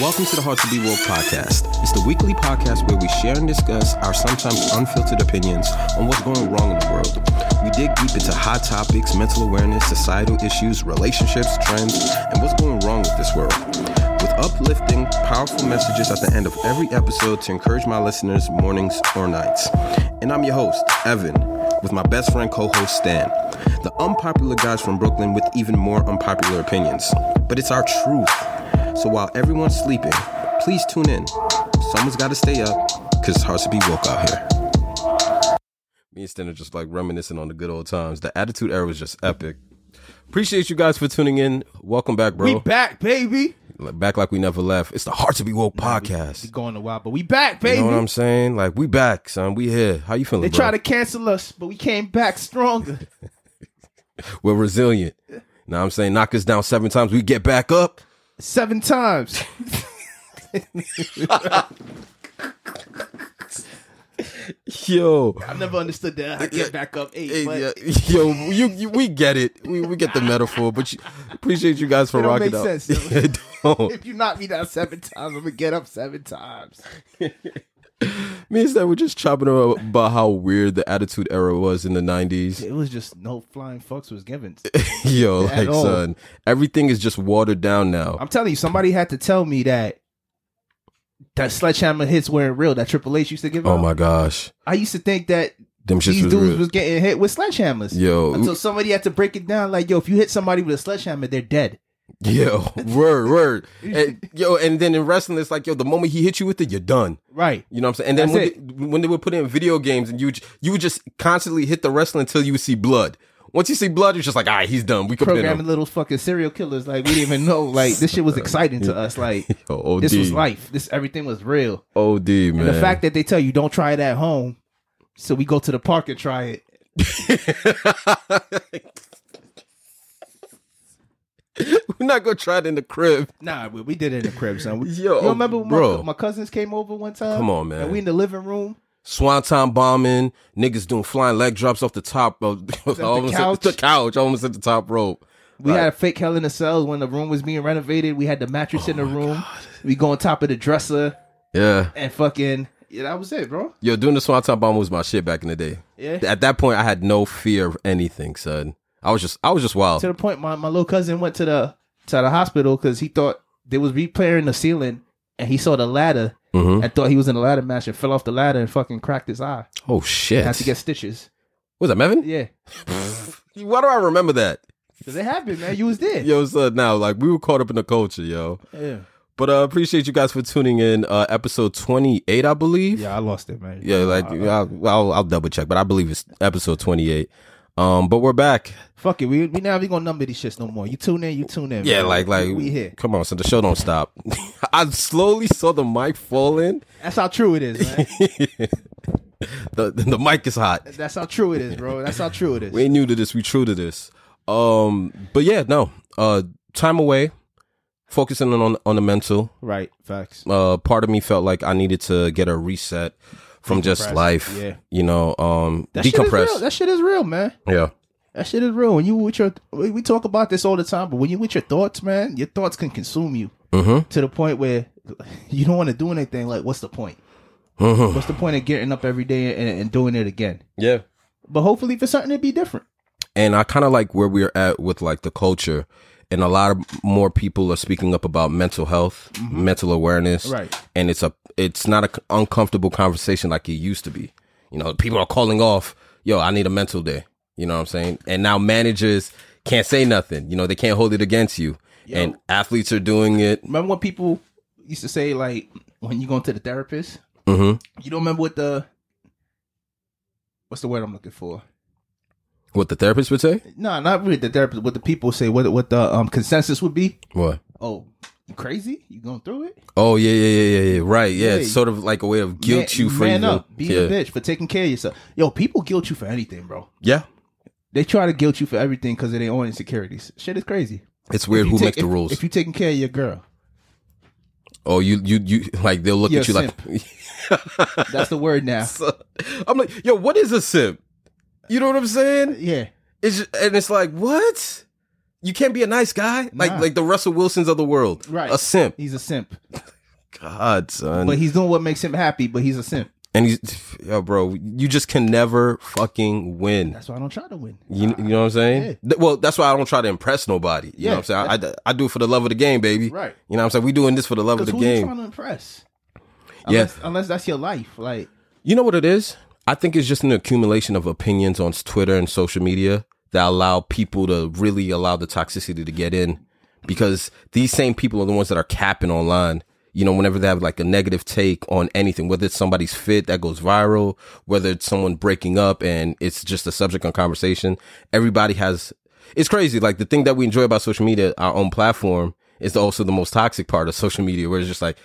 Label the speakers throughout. Speaker 1: Welcome to the Hard to Be Woke podcast. It's the weekly podcast where we share and discuss our sometimes unfiltered opinions on what's going wrong in the world. We dig deep into hot topics, mental awareness, societal issues, relationships, trends, and what's going wrong with this world. With uplifting, powerful messages at the end of every episode to encourage my listeners mornings or nights. And I'm your host, Evan, with my best friend co host, Stan. The unpopular guys from Brooklyn with even more unpopular opinions. But it's our truth. So while everyone's sleeping, please tune in. Someone's got to stay up because it's hard to be woke out here. Me and Stan are just like reminiscing on the good old times. The Attitude Era was just epic. Appreciate you guys for tuning in. Welcome back,
Speaker 2: We
Speaker 1: bro.
Speaker 2: back, baby.
Speaker 1: back like we never left. It's the Hard to Be Woke podcast.
Speaker 2: We going a while, but we back,
Speaker 1: You
Speaker 2: baby.
Speaker 1: know what I'm saying? Like we back, son. We here. How you feeling,
Speaker 2: they
Speaker 1: bro?
Speaker 2: try to cancel us, but we came back stronger.
Speaker 1: We're resilient. Now I'm saying knock us down seven times, we get back up.
Speaker 2: Seven times.
Speaker 1: Yo,
Speaker 2: I never understood that. I get back up eight.
Speaker 1: Hey,
Speaker 2: but
Speaker 1: yeah, yo, you, you we get it. We, we get the metaphor, but you, appreciate you guys for
Speaker 2: It don't
Speaker 1: rocking
Speaker 2: make
Speaker 1: out.
Speaker 2: sense, though.
Speaker 1: It don't.
Speaker 2: If you knock me down seven times, I'm gonna get up seven times.
Speaker 1: Me and Stan were just chopping up about how weird the attitude era was in the nineties.
Speaker 2: It was just no flying fucks was given.
Speaker 1: Yo,
Speaker 2: At
Speaker 1: like
Speaker 2: all.
Speaker 1: son, everything is just watered down now.
Speaker 2: I'm telling you, somebody had to tell me that that sledgehammer hits weren't real. That Triple H used to give.
Speaker 1: oh
Speaker 2: out.
Speaker 1: my gosh,
Speaker 2: I used to think that
Speaker 1: them shits
Speaker 2: these
Speaker 1: was
Speaker 2: dudes
Speaker 1: real.
Speaker 2: was getting hit with sledgehammers.
Speaker 1: yo,
Speaker 2: Until somebody had to break it down, like, yo, if you hit somebody with a sledgehammer, they're dead.
Speaker 1: yo, word, word, and, yo, and then in wrestling, it's like yo, the moment he hit you with it, you're done.
Speaker 2: Right.
Speaker 1: You know what I'm saying? And then when
Speaker 2: That's
Speaker 1: they, when they would put in video games and you would- you would just constantly hit the wrestler until you would see blood. Once you see blood, it's just like, all right, he's done. We could pin
Speaker 2: programming
Speaker 1: him.
Speaker 2: little fucking serial killers. Like we didn't even know. Like this shit was exciting to us. Like
Speaker 1: Oh, OD.
Speaker 2: this was life. This everything was real.
Speaker 1: OD, man.
Speaker 2: And the fact that they tell you don't try it at home, so we go to the park and try it.
Speaker 1: We're not going to try it in the crib.
Speaker 2: Nah, we, we did it in the crib, son. We,
Speaker 1: Yo,
Speaker 2: you remember when
Speaker 1: bro.
Speaker 2: My, my cousins came over one time?
Speaker 1: Come on, man.
Speaker 2: And we in the living room.
Speaker 1: Swanton bombing, niggas doing flying leg drops off the top of I almost said-
Speaker 2: couch?
Speaker 1: the couch. I almost at the top rope.
Speaker 2: We
Speaker 1: Right.
Speaker 2: had a fake hell in the cells when the room was being renovated. We had the
Speaker 1: Oh
Speaker 2: mattress in the room. We go on top of the dresser
Speaker 1: Yeah.
Speaker 2: and fucking. Yeah, that was it, bro.
Speaker 1: Yo, doing the Swanton bomb was my shit back in the day.
Speaker 2: Yeah.
Speaker 1: At that point, I had no fear of anything, son. I was just, I was just wild.
Speaker 2: to the point my, my little cousin went to the to the hospital because he thought they was repairing the ceiling and he saw the ladder
Speaker 1: hmm
Speaker 2: and thought he was in a ladder match and fell off the ladder and fucking cracked his eye.
Speaker 1: Oh shit!
Speaker 2: Had to get stitches.
Speaker 1: What's that, Mevin?
Speaker 2: Yeah.
Speaker 1: Why do I remember that?
Speaker 2: Cause it happened, man. You was there.
Speaker 1: Yo, so now like we were caught up in the culture, yo.
Speaker 2: Yeah.
Speaker 1: But uh, appreciate you guys for tuning in. Uh, episode twenty eight, I believe.
Speaker 2: Yeah, Uh, I lost it, man.
Speaker 1: Yeah, like I'll, I'll, I'll double check, but I believe it's episode twenty eight. Um, but we're back.
Speaker 2: Fuck it. We we not even gonna number these shits no more. You tune in, you tune in.
Speaker 1: Yeah,
Speaker 2: man.
Speaker 1: like like
Speaker 2: we, we here.
Speaker 1: Come on, so the show don't stop. I slowly saw the mic fall in.
Speaker 2: That's how true it is, man.
Speaker 1: The the mic is hot.
Speaker 2: That's how true it is, bro. That's how true it is.
Speaker 1: We ain't new to this. We true to this. Um, but yeah, no. Uh, time away, focusing on on the mental.
Speaker 2: right. Facts.
Speaker 1: uh, part of me felt like I needed to get a reset from just
Speaker 2: Decompress,
Speaker 1: life.
Speaker 2: yeah.
Speaker 1: You know, um,
Speaker 2: That shit is real.
Speaker 1: decompress.
Speaker 2: That shit is real, man.
Speaker 1: Yeah.
Speaker 2: That shit is real. When you with your, we we talk about this all the time, but when you with your thoughts, man, your thoughts can consume you
Speaker 1: Mm-hmm.
Speaker 2: to the point where you don't want to do anything. Like, what's the point?
Speaker 1: Mm-hmm.
Speaker 2: What's the point of getting up every day and, and doing it again?
Speaker 1: Yeah.
Speaker 2: But hopefully, for something, it'd be different.
Speaker 1: And I kind of like where we're at with like the culture. And a lot of more people are speaking up about mental health, mental awareness,
Speaker 2: Mm-hmm. Right.
Speaker 1: And it's a, it's not an uncomfortable conversation like it used to be. You know, people are calling off. Yo, I need a mental day. You know what I'm saying? And now managers can't say nothing. You know, they can't hold it against you. And athletes are doing it.
Speaker 2: Remember when people used to say, like, when you going to the therapist,
Speaker 1: Mm-hmm.
Speaker 2: you don't remember what the what's the word I'm looking for?
Speaker 1: What the therapist would say?
Speaker 2: No, not really the therapist. What the people say, what what the um consensus would be?
Speaker 1: What?
Speaker 2: Oh, you crazy? You going through it?
Speaker 1: Oh yeah, yeah, yeah, yeah, yeah. Right, yeah. It's
Speaker 2: Yeah.
Speaker 1: sort of like a way of guilt
Speaker 2: man,
Speaker 1: you for
Speaker 2: man
Speaker 1: you.
Speaker 2: up, be
Speaker 1: yeah.
Speaker 2: a bitch for taking care of yourself. Yo, people guilt you for anything, bro.
Speaker 1: yeah,
Speaker 2: They try to guilt you for everything because of their own insecurities. Shit is crazy.
Speaker 1: it's weird
Speaker 2: If you
Speaker 1: who
Speaker 2: take-
Speaker 1: makes the
Speaker 2: if-
Speaker 1: rules.
Speaker 2: If you taking care of your girl,
Speaker 1: oh, you, you, you. Like they'll look
Speaker 2: You're
Speaker 1: at you
Speaker 2: a
Speaker 1: like,
Speaker 2: that's the word now.
Speaker 1: I'm like, yo, what is a simp? You know what I'm saying?
Speaker 2: yeah,
Speaker 1: It's just, and it's like what? You can't be a nice guy like
Speaker 2: Nah.
Speaker 1: like the Russell Wilsons of the world.
Speaker 2: Right.
Speaker 1: A simp.
Speaker 2: He's a simp,
Speaker 1: God, son.
Speaker 2: but he's doing what makes him happy. But he's a simp.
Speaker 1: and he's yo, bro. You just can never fucking win.
Speaker 2: That's why I don't try to win.
Speaker 1: You, you know what I'm saying? Th- Well, that's why I don't try to impress nobody. You know
Speaker 2: Yeah.
Speaker 1: what I'm saying? I, I, I do it for the love of the game, baby.
Speaker 2: Right.
Speaker 1: You know what I'm saying? We doing this for the love of
Speaker 2: Because
Speaker 1: the
Speaker 2: who
Speaker 1: game.
Speaker 2: you trying to impress?
Speaker 1: Yeah.
Speaker 2: Unless, unless that's your life. Like
Speaker 1: You know what it is? I think it's just an accumulation of opinions on Twitter and social media that allow people to really allow the toxicity to get in because these same people are the ones that are capping online. You know, whenever they have like a negative take on anything, whether it's somebody's fit that goes viral, whether it's someone breaking up and it's just a subject on conversation, everybody has, it's crazy. Like the thing that we enjoy about social media, our own platform, is also the most toxic part of social media where it's just like,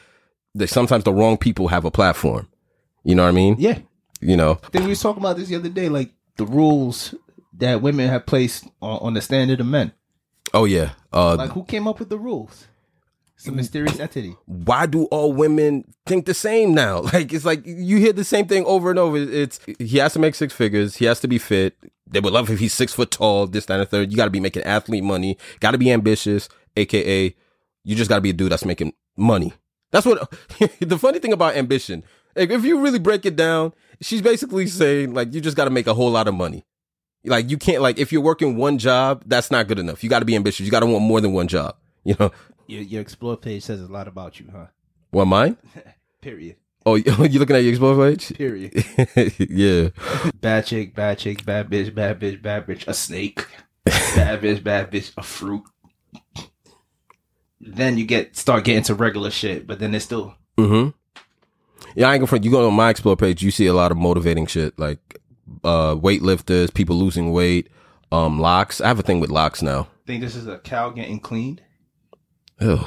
Speaker 1: that sometimes the wrong people have a platform. You know what I mean?
Speaker 2: yeah,
Speaker 1: you know
Speaker 2: then we was talking about this the other day. Like the rules that women have placed on, on the standard of men.
Speaker 1: oh yeah uh
Speaker 2: Like who came up with the rules? Some
Speaker 1: Mm.
Speaker 2: mysterious entity.
Speaker 1: why do all women think the same now like it's like you hear the same thing over and over it's he has to make six figures he has to be fit they would love if he's six foot tall this that and the third you got to be making athlete money got to be ambitious aka you just got to be a dude that's making money that's what the funny thing about ambition like if you really break it down she's basically saying like you just got to make a whole lot of money like you can't like if you're working one job that's not good enough you got to be ambitious you got to want more than one job you know
Speaker 2: Your, your explore page says a lot about you, huh?
Speaker 1: What mine?
Speaker 2: Period.
Speaker 1: Oh, you looking at your explore page?
Speaker 2: Period.
Speaker 1: yeah.
Speaker 2: Bad chick, bad chick, bad bitch, bad bitch, bad bitch, a snake. Bad bitch, bad bitch, a fruit. Then you get start getting to regular shit, but then it's still
Speaker 1: Mm-hmm. Yeah, I ain't gonna front. You go on my explore page, you see a lot of motivating shit like uh weightlifters, people losing weight, um, locks. I have a thing with locks now.
Speaker 2: think this is a cow getting cleaned.
Speaker 1: Ew.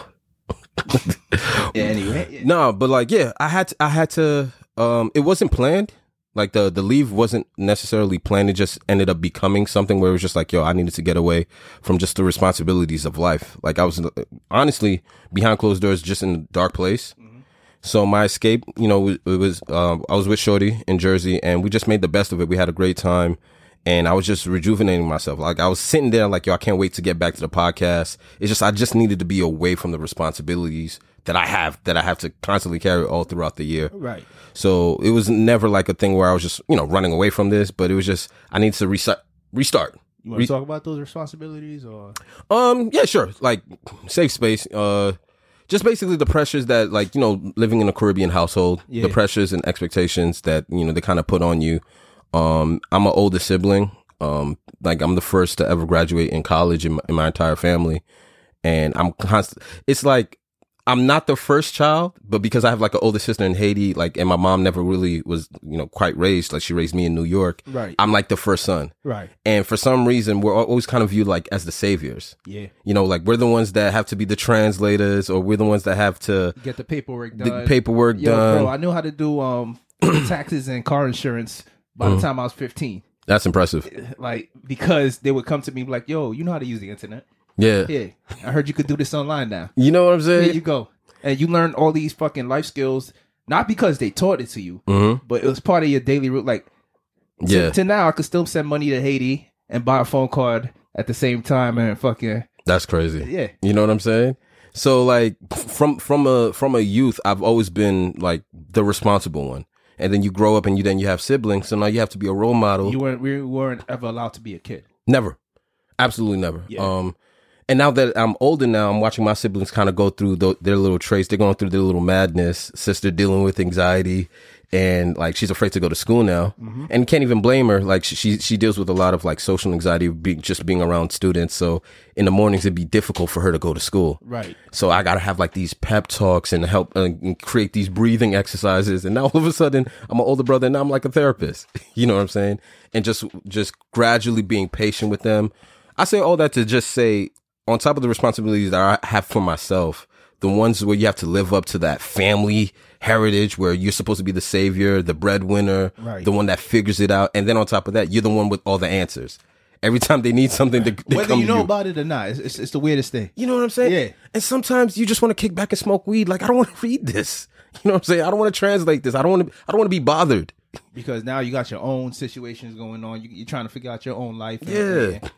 Speaker 2: Yeah, anyway. Yeah.
Speaker 1: No, but like, yeah, I had to, I had to. Um, it wasn't planned. Like the the leave wasn't necessarily planned. It just ended up becoming something where it was just like, yo, I needed to get away from just the responsibilities of life. Like I was honestly behind closed doors, just in a dark place. So my escape, you know, it was um, I was with Shorty in Jersey, and we just made the best of it. We had a great time, and I was just rejuvenating myself. Like I was sitting there, like yo, I can't wait to get back to the podcast. It's just I just needed to be away from the responsibilities that I have that I have to constantly carry all throughout the year.
Speaker 2: Right.
Speaker 1: So it was never like a thing where I was just you know running away from this, but it was just I need to reset, restart.
Speaker 2: You want to talk about those responsibilities or
Speaker 1: Um, yeah, sure. Like safe space. Uh, just basically the pressures that, like, you know, living in a Caribbean household,
Speaker 2: Yeah.
Speaker 1: the pressures and expectations that you know they kind of put on you. Um, I'm an older sibling. Um, like I'm the first to ever graduate in college in my, in my entire family, and I'm constant. It's like I'm not the first child, but because I have like an older sister in Haiti, like, and my mom never really was, you know, quite raised. Like she raised me in New York.
Speaker 2: Right.
Speaker 1: I'm like the first son,
Speaker 2: Right.
Speaker 1: and for some reason, we're always kind of viewed like as the saviors
Speaker 2: Yeah.
Speaker 1: you know like we're the ones that have to be the translators or we're the ones that have to
Speaker 2: Get the paperwork done.
Speaker 1: the paperwork
Speaker 2: Yo,
Speaker 1: done
Speaker 2: bro, I knew how to do um taxes and car insurance by
Speaker 1: Mm.
Speaker 2: the time I was 15.
Speaker 1: that's impressive
Speaker 2: Like because they would come to me like, "Yo, you know how to use the internet?
Speaker 1: yeah.
Speaker 2: Yeah, I heard you could do this online now.
Speaker 1: you know what i'm
Speaker 2: Here you
Speaker 1: saying
Speaker 2: go." And you learn all these fucking life skills not because they taught it to you,
Speaker 1: Mhm.
Speaker 2: but it was part of your daily route. Like to,
Speaker 1: yeah
Speaker 2: to now, I could still send money to Haiti and buy a phone card at the same time and fucking
Speaker 1: that's crazy
Speaker 2: yeah.
Speaker 1: You know what I'm saying? So like from from a from a youth, I've always been like the responsible one. And then you grow up and you then you have siblings, so now you have to be a role model.
Speaker 2: You weren't we weren't ever allowed to be a kid.
Speaker 1: never. Absolutely never.
Speaker 2: Yeah.
Speaker 1: Um and now that I'm older now, I'm watching my siblings kind of go through tho- their little traits. They're going through their little madness. Sister dealing with anxiety and like she's afraid to go to school now and can't even blame her. Like she- she she deals with a lot of like social anxiety be, just being around students. So in the mornings it'd be difficult for her to go to school.
Speaker 2: Right.
Speaker 1: So I gotta have like these pep talks and help uh, and create these breathing exercises. And now all of a sudden, I'm an older brother and now I'm like a therapist. You know what I'm saying? And just just gradually being patient with them. I say all that to just say, on top of the responsibilities that I have for myself, the ones where you have to live up to that family heritage where you're supposed to be the savior, the breadwinner,
Speaker 2: Right.
Speaker 1: the one that figures it out. And then on top of that, you're the one with all the answers. Every time they need something, they, they
Speaker 2: Whether
Speaker 1: come
Speaker 2: you
Speaker 1: to
Speaker 2: know
Speaker 1: you.
Speaker 2: about it or not, it's, it's, it's the weirdest thing.
Speaker 1: You know what I'm saying?
Speaker 2: Yeah.
Speaker 1: And sometimes you just want to kick back and smoke weed. Like I don't want to read this. You know what I'm saying? I don't want to translate this. I don't want to. I don't want to be bothered.
Speaker 2: because now you got your own situations going on. You, you're trying to figure out your own life. and-
Speaker 1: Yeah.
Speaker 2: and-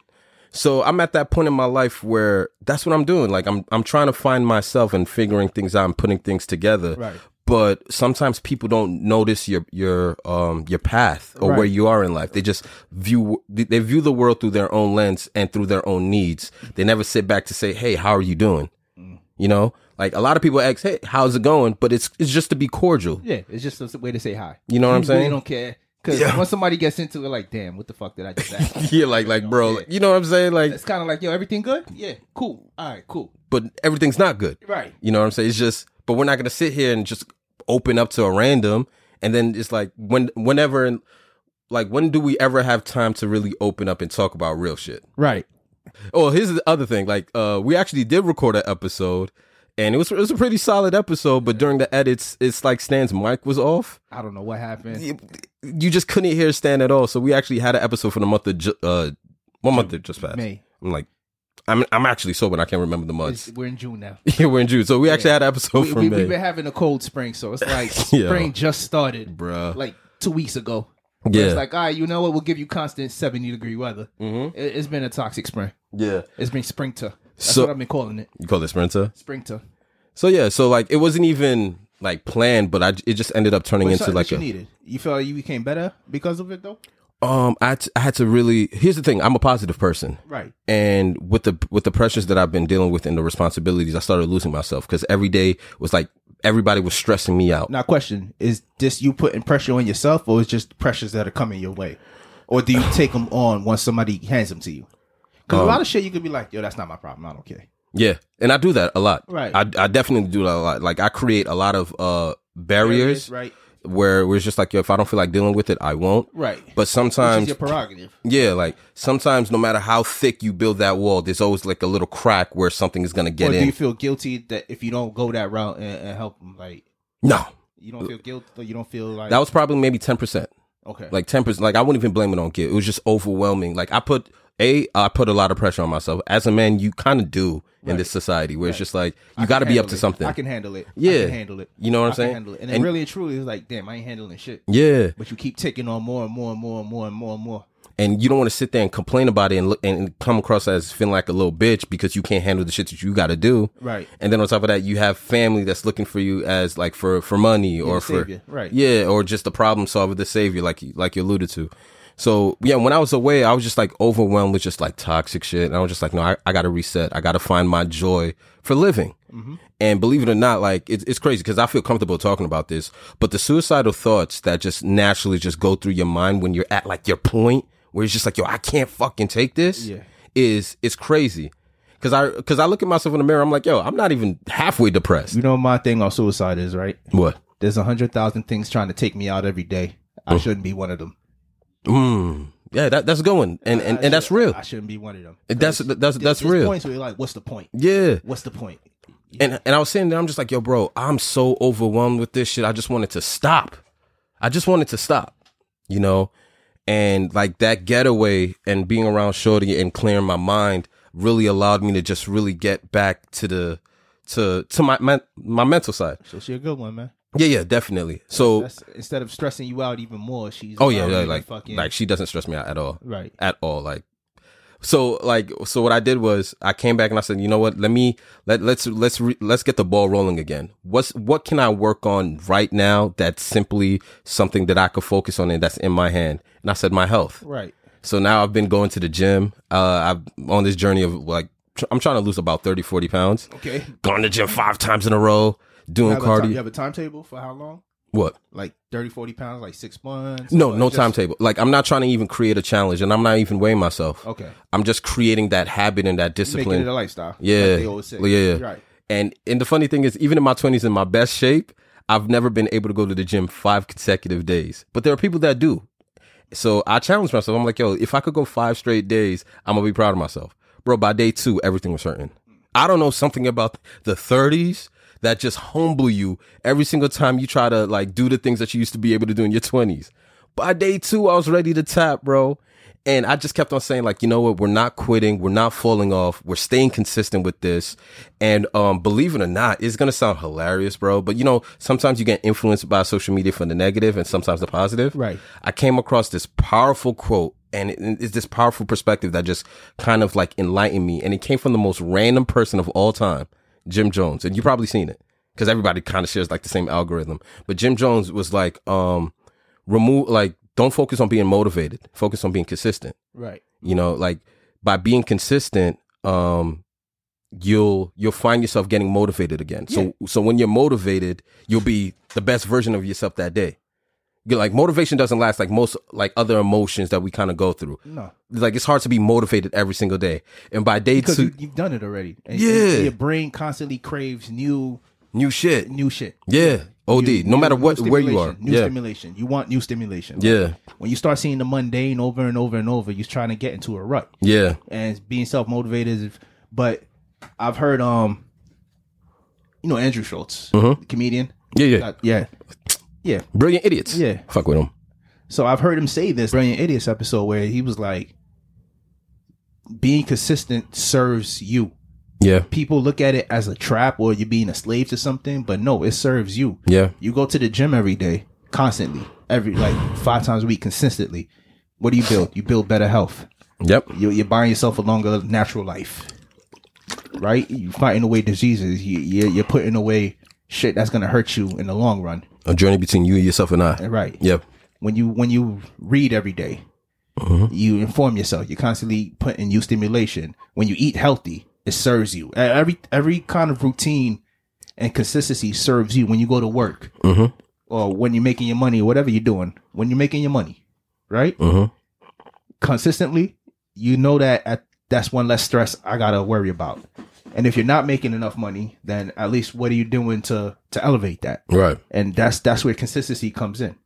Speaker 1: So I'm at that point in my life where that's what I'm doing. Like I'm I'm trying to find myself and figuring things out and putting things together.
Speaker 2: Right.
Speaker 1: But sometimes people don't notice your your um your path or where
Speaker 2: Right.
Speaker 1: you are in life. They just view they- they view the world through their own lens and through their own needs. They never sit back to say, "Hey, how are you doing?"
Speaker 2: Mm.
Speaker 1: You know? Like a lot of people ask, "Hey, how's it going?" But it's it's just to be cordial.
Speaker 2: Yeah, it's just a way to say hi.
Speaker 1: You know what I'm
Speaker 2: Really
Speaker 1: saying?
Speaker 2: don't care because once somebody gets into it, like, damn, what the fuck did I just ask?
Speaker 1: Yeah, like like bro, you know what I'm saying? Like
Speaker 2: it's kind of like, yo, everything good? Yeah, cool. All right, cool.
Speaker 1: but everything's not good.
Speaker 2: Right.
Speaker 1: You know what I'm saying? It's just, but we're not gonna sit here and just open up to a random, and then it's like when, whenever, like when do we ever have time to really open up and talk about real shit?
Speaker 2: Right.
Speaker 1: Oh, here's the other thing. Like, uh, we actually did record an episode, and it was it was a pretty solid episode. But during the edits, it's like Stan's mic was off.
Speaker 2: I don't know what happened.
Speaker 1: You you just couldn't hear Stan at all. So we actually had an episode for the month of ju- uh, one month that just passed.
Speaker 2: May.
Speaker 1: I'm like, I'm I'm actually sober. and I can't remember the
Speaker 2: It's-
Speaker 1: months.
Speaker 2: We're in June now.
Speaker 1: Yeah, we're in June, so we actually had an episode
Speaker 2: We,
Speaker 1: for
Speaker 2: we,
Speaker 1: May.
Speaker 2: have been having a cold spring, so it's like
Speaker 1: Yo.
Speaker 2: spring just started,
Speaker 1: Bruh.
Speaker 2: Like two weeks ago.
Speaker 1: Yeah.
Speaker 2: It's like, all right, you know what? We'll give you constant seventy degree weather.
Speaker 1: Mhm.
Speaker 2: It, it's been a toxic spring.
Speaker 1: Yeah.
Speaker 2: It's been springter. That's
Speaker 1: So-
Speaker 2: what I've been calling it.
Speaker 1: You call this Sprinter?
Speaker 2: Springter.
Speaker 1: So yeah, so like it wasn't even like planned, but I it just ended up turning into
Speaker 2: Something
Speaker 1: like
Speaker 2: that you
Speaker 1: a
Speaker 2: needed. You felt you became better because of it, though.
Speaker 1: um I t- I had to really here's the thing, I'm a positive person.
Speaker 2: Right.
Speaker 1: And with the with the pressures that I've been dealing with and the responsibilities, I started losing myself cuz every day was like everybody was stressing me out.
Speaker 2: Now, question is this you putting pressure on yourself, or is just pressures that are coming your way, or do you take them on once somebody hands them to you? Because
Speaker 1: Um,
Speaker 2: a lot of shit you could be like, yo, that's not my problem. I don't care.
Speaker 1: Yeah. And I do that a lot.
Speaker 2: Right.
Speaker 1: I I definitely do that a lot. Like I create a lot of uh barriers
Speaker 2: right?
Speaker 1: where where it's just like yo, if I don't feel like dealing with it, I won't.
Speaker 2: Right.
Speaker 1: But
Speaker 2: Which is
Speaker 1: sometimes
Speaker 2: your prerogative.
Speaker 1: Yeah, like sometimes no matter how thick you build that wall, there's always like a little crack where something is gonna get
Speaker 2: Or do
Speaker 1: in.
Speaker 2: you feel guilty that if you don't go that route and, and help them, like
Speaker 1: no.
Speaker 2: you don't feel guilty, or you don't feel like
Speaker 1: That was probably maybe ten percent.
Speaker 2: okay,
Speaker 1: Like ten percent like I wouldn't even blame it on guilt. It was just overwhelming. Like I put A, I put a lot of pressure on myself. As a man, you kinda do in this society where it's just like you gotta be up to
Speaker 2: Handle it.
Speaker 1: something.
Speaker 2: I can handle it. I
Speaker 1: Yeah.
Speaker 2: can handle it.
Speaker 1: you know what
Speaker 2: I
Speaker 1: I'm
Speaker 2: can
Speaker 1: saying?
Speaker 2: handle it. And, then really and truly, it's like, damn, I ain't handling shit.
Speaker 1: yeah.
Speaker 2: But you keep taking on more and more and more and more and more and more.
Speaker 1: And you don't want to sit there and complain about it and look, and come across as feeling like a little bitch because you can't handle the shit that you gotta do.
Speaker 2: Right.
Speaker 1: And then on top of that, you have family that's looking for you as like for for money or for
Speaker 2: savior, right.
Speaker 1: yeah, or just the problem solver, the savior, like you- like you alluded to. So yeah, when I was away, I was just like overwhelmed with just like toxic shit, and I was just like, no, I, I got to reset. I got to find my joy for living. And believe it or not, like it's it's crazy because I feel comfortable talking about this, but the suicidal thoughts that just naturally just go through your mind when you're at like your point where it's just like, yo, I can't fucking take this.
Speaker 2: Yeah.
Speaker 1: is it's crazy. Cause I, cause I look at myself in the mirror. I'm like, yo, I'm not even halfway depressed.
Speaker 2: You know my thing on suicide is right.
Speaker 1: What?
Speaker 2: There's a hundred thousand things trying to take me out every day. I shouldn't be one of them.
Speaker 1: Mm. Yeah, that, that's going, and and, and that's real.
Speaker 2: I shouldn't be one of them.
Speaker 1: That's that's that's
Speaker 2: There's
Speaker 1: real.
Speaker 2: Points where you're like, what's the point?
Speaker 1: Yeah,
Speaker 2: What's the point?
Speaker 1: and and I was sitting there. I'm just like, yo, bro, I'm so overwhelmed with this shit. I just wanted to stop. I just wanted to stop. You know, and like that getaway and being around Shorty and clearing my mind really allowed me to just really get back to the to to my my, my mental side.
Speaker 2: So she's a good one, man.
Speaker 1: Yeah, yeah, definitely. So.
Speaker 2: That's instead of stressing you out even more, she's
Speaker 1: Oh yeah,
Speaker 2: allowing
Speaker 1: yeah,
Speaker 2: you to
Speaker 1: like
Speaker 2: fucking
Speaker 1: like she doesn't stress me out at all.
Speaker 2: right.
Speaker 1: at all like so like so what i did was i came back and i said you know what let me let let's let's re, let's get the ball rolling again what's what can i work on right now that's simply something that i could focus on and that's in my hand and i said my health
Speaker 2: Right.
Speaker 1: so now i've been going to the gym uh i'm on this journey of like tr- i'm trying to lose about 30 40 pounds
Speaker 2: Okay.
Speaker 1: going to the gym five times in a row doing
Speaker 2: You have, a time,
Speaker 1: cardio
Speaker 2: you have a timetable for how long?
Speaker 1: what
Speaker 2: Like 30, 40 pounds, like six months?
Speaker 1: no
Speaker 2: Or
Speaker 1: no
Speaker 2: just-
Speaker 1: timetable like i'm not trying to even create a challenge and i'm not even weighing myself
Speaker 2: Okay.
Speaker 1: i'm just creating that habit and that
Speaker 2: Making
Speaker 1: discipline
Speaker 2: it a lifestyle. like
Speaker 1: Yeah.
Speaker 2: they always say.
Speaker 1: Yeah, yeah.
Speaker 2: Right.
Speaker 1: And and the funny thing is, even in my twenties, in my best shape, I've never been able to go to the gym five consecutive days. But there are people that do. So I challenged myself. I'm like, yo, if I could go five straight days, I'm gonna be proud of myself, bro. By day two, everything was certain. I don't know something about the 30s that just humble you every single time you try to like do the things that you used to be able to do in your 20s. By day two, I was ready to tap, bro. And I just kept on saying, like, you know what? We're not quitting. We're not falling off. We're staying consistent with this. And um, believe it or not, it's gonna sound hilarious, bro. But you know, sometimes you get influenced by social media for the negative, and sometimes the positive.
Speaker 2: Right.
Speaker 1: I came across this powerful quote and it, it's this powerful perspective that just kind of like enlightened me. And it came from the most random person of all time, Jim Jones, and you probably seen it because everybody kind of shares like the same algorithm. But Jim Jones was like, um, remove like don't focus on being motivated, focus on being consistent.
Speaker 2: Right.
Speaker 1: You know, like by being consistent, um, you'll you'll find yourself getting motivated again. So so when you're motivated, you'll be the best version of yourself that day. You're like motivation doesn't last like most like other emotions that we kind of go through.
Speaker 2: No.
Speaker 1: Like it's hard to be motivated every single day. And by day
Speaker 2: Because
Speaker 1: two,
Speaker 2: you, you've done it already. And- and
Speaker 1: Yeah.
Speaker 2: your brain constantly craves new
Speaker 1: new shit.
Speaker 2: new shit.
Speaker 1: Yeah. OD.
Speaker 2: New-
Speaker 1: no
Speaker 2: new-
Speaker 1: matter
Speaker 2: new
Speaker 1: what where you are.
Speaker 2: stimulation, New
Speaker 1: Yeah.
Speaker 2: stimulation. You want new stimulation.
Speaker 1: Yeah.
Speaker 2: When you start seeing the mundane over and over and over, you're trying to get into a rut.
Speaker 1: Yeah.
Speaker 2: and being self motivated. is- But I've heard, um, you know, Andrew Schultz, the comedian.
Speaker 1: Yeah, Mm-hmm. yeah.
Speaker 2: Uh, yeah, yeah.
Speaker 1: Brilliant idiots.
Speaker 2: Yeah.
Speaker 1: Fuck with them.
Speaker 2: So I've heard him say this brilliant idiots episode where he was like, being consistent serves you.
Speaker 1: Yeah.
Speaker 2: People look at it as a trap or you're being a slave to something, but no, it serves you.
Speaker 1: Yeah.
Speaker 2: You go to the gym every day, constantly, every like five times a week, consistently. What do you build? You build better health.
Speaker 1: Yep.
Speaker 2: you, you're buying yourself a longer natural life, right? You're fighting away diseases. You, you're, you're putting away shit that's gonna hurt you in the long run,
Speaker 1: A journey between you, yourself, and I.
Speaker 2: right?
Speaker 1: Yep.
Speaker 2: When you when you read every day, you inform yourself. You're constantly putting new stimulation. When you eat healthy, it serves you. E- Every every kind of routine and consistency serves you. When you go to work,
Speaker 1: Mm-hmm.
Speaker 2: or when you're making your money, or whatever you're doing, when you're making your money, right?
Speaker 1: Mm-hmm.
Speaker 2: consistently, you know that at, that's one less stress I gotta worry about. And if you're not making enough money, then at least what are you doing to to elevate that?
Speaker 1: Right.
Speaker 2: And that's that's where consistency comes in.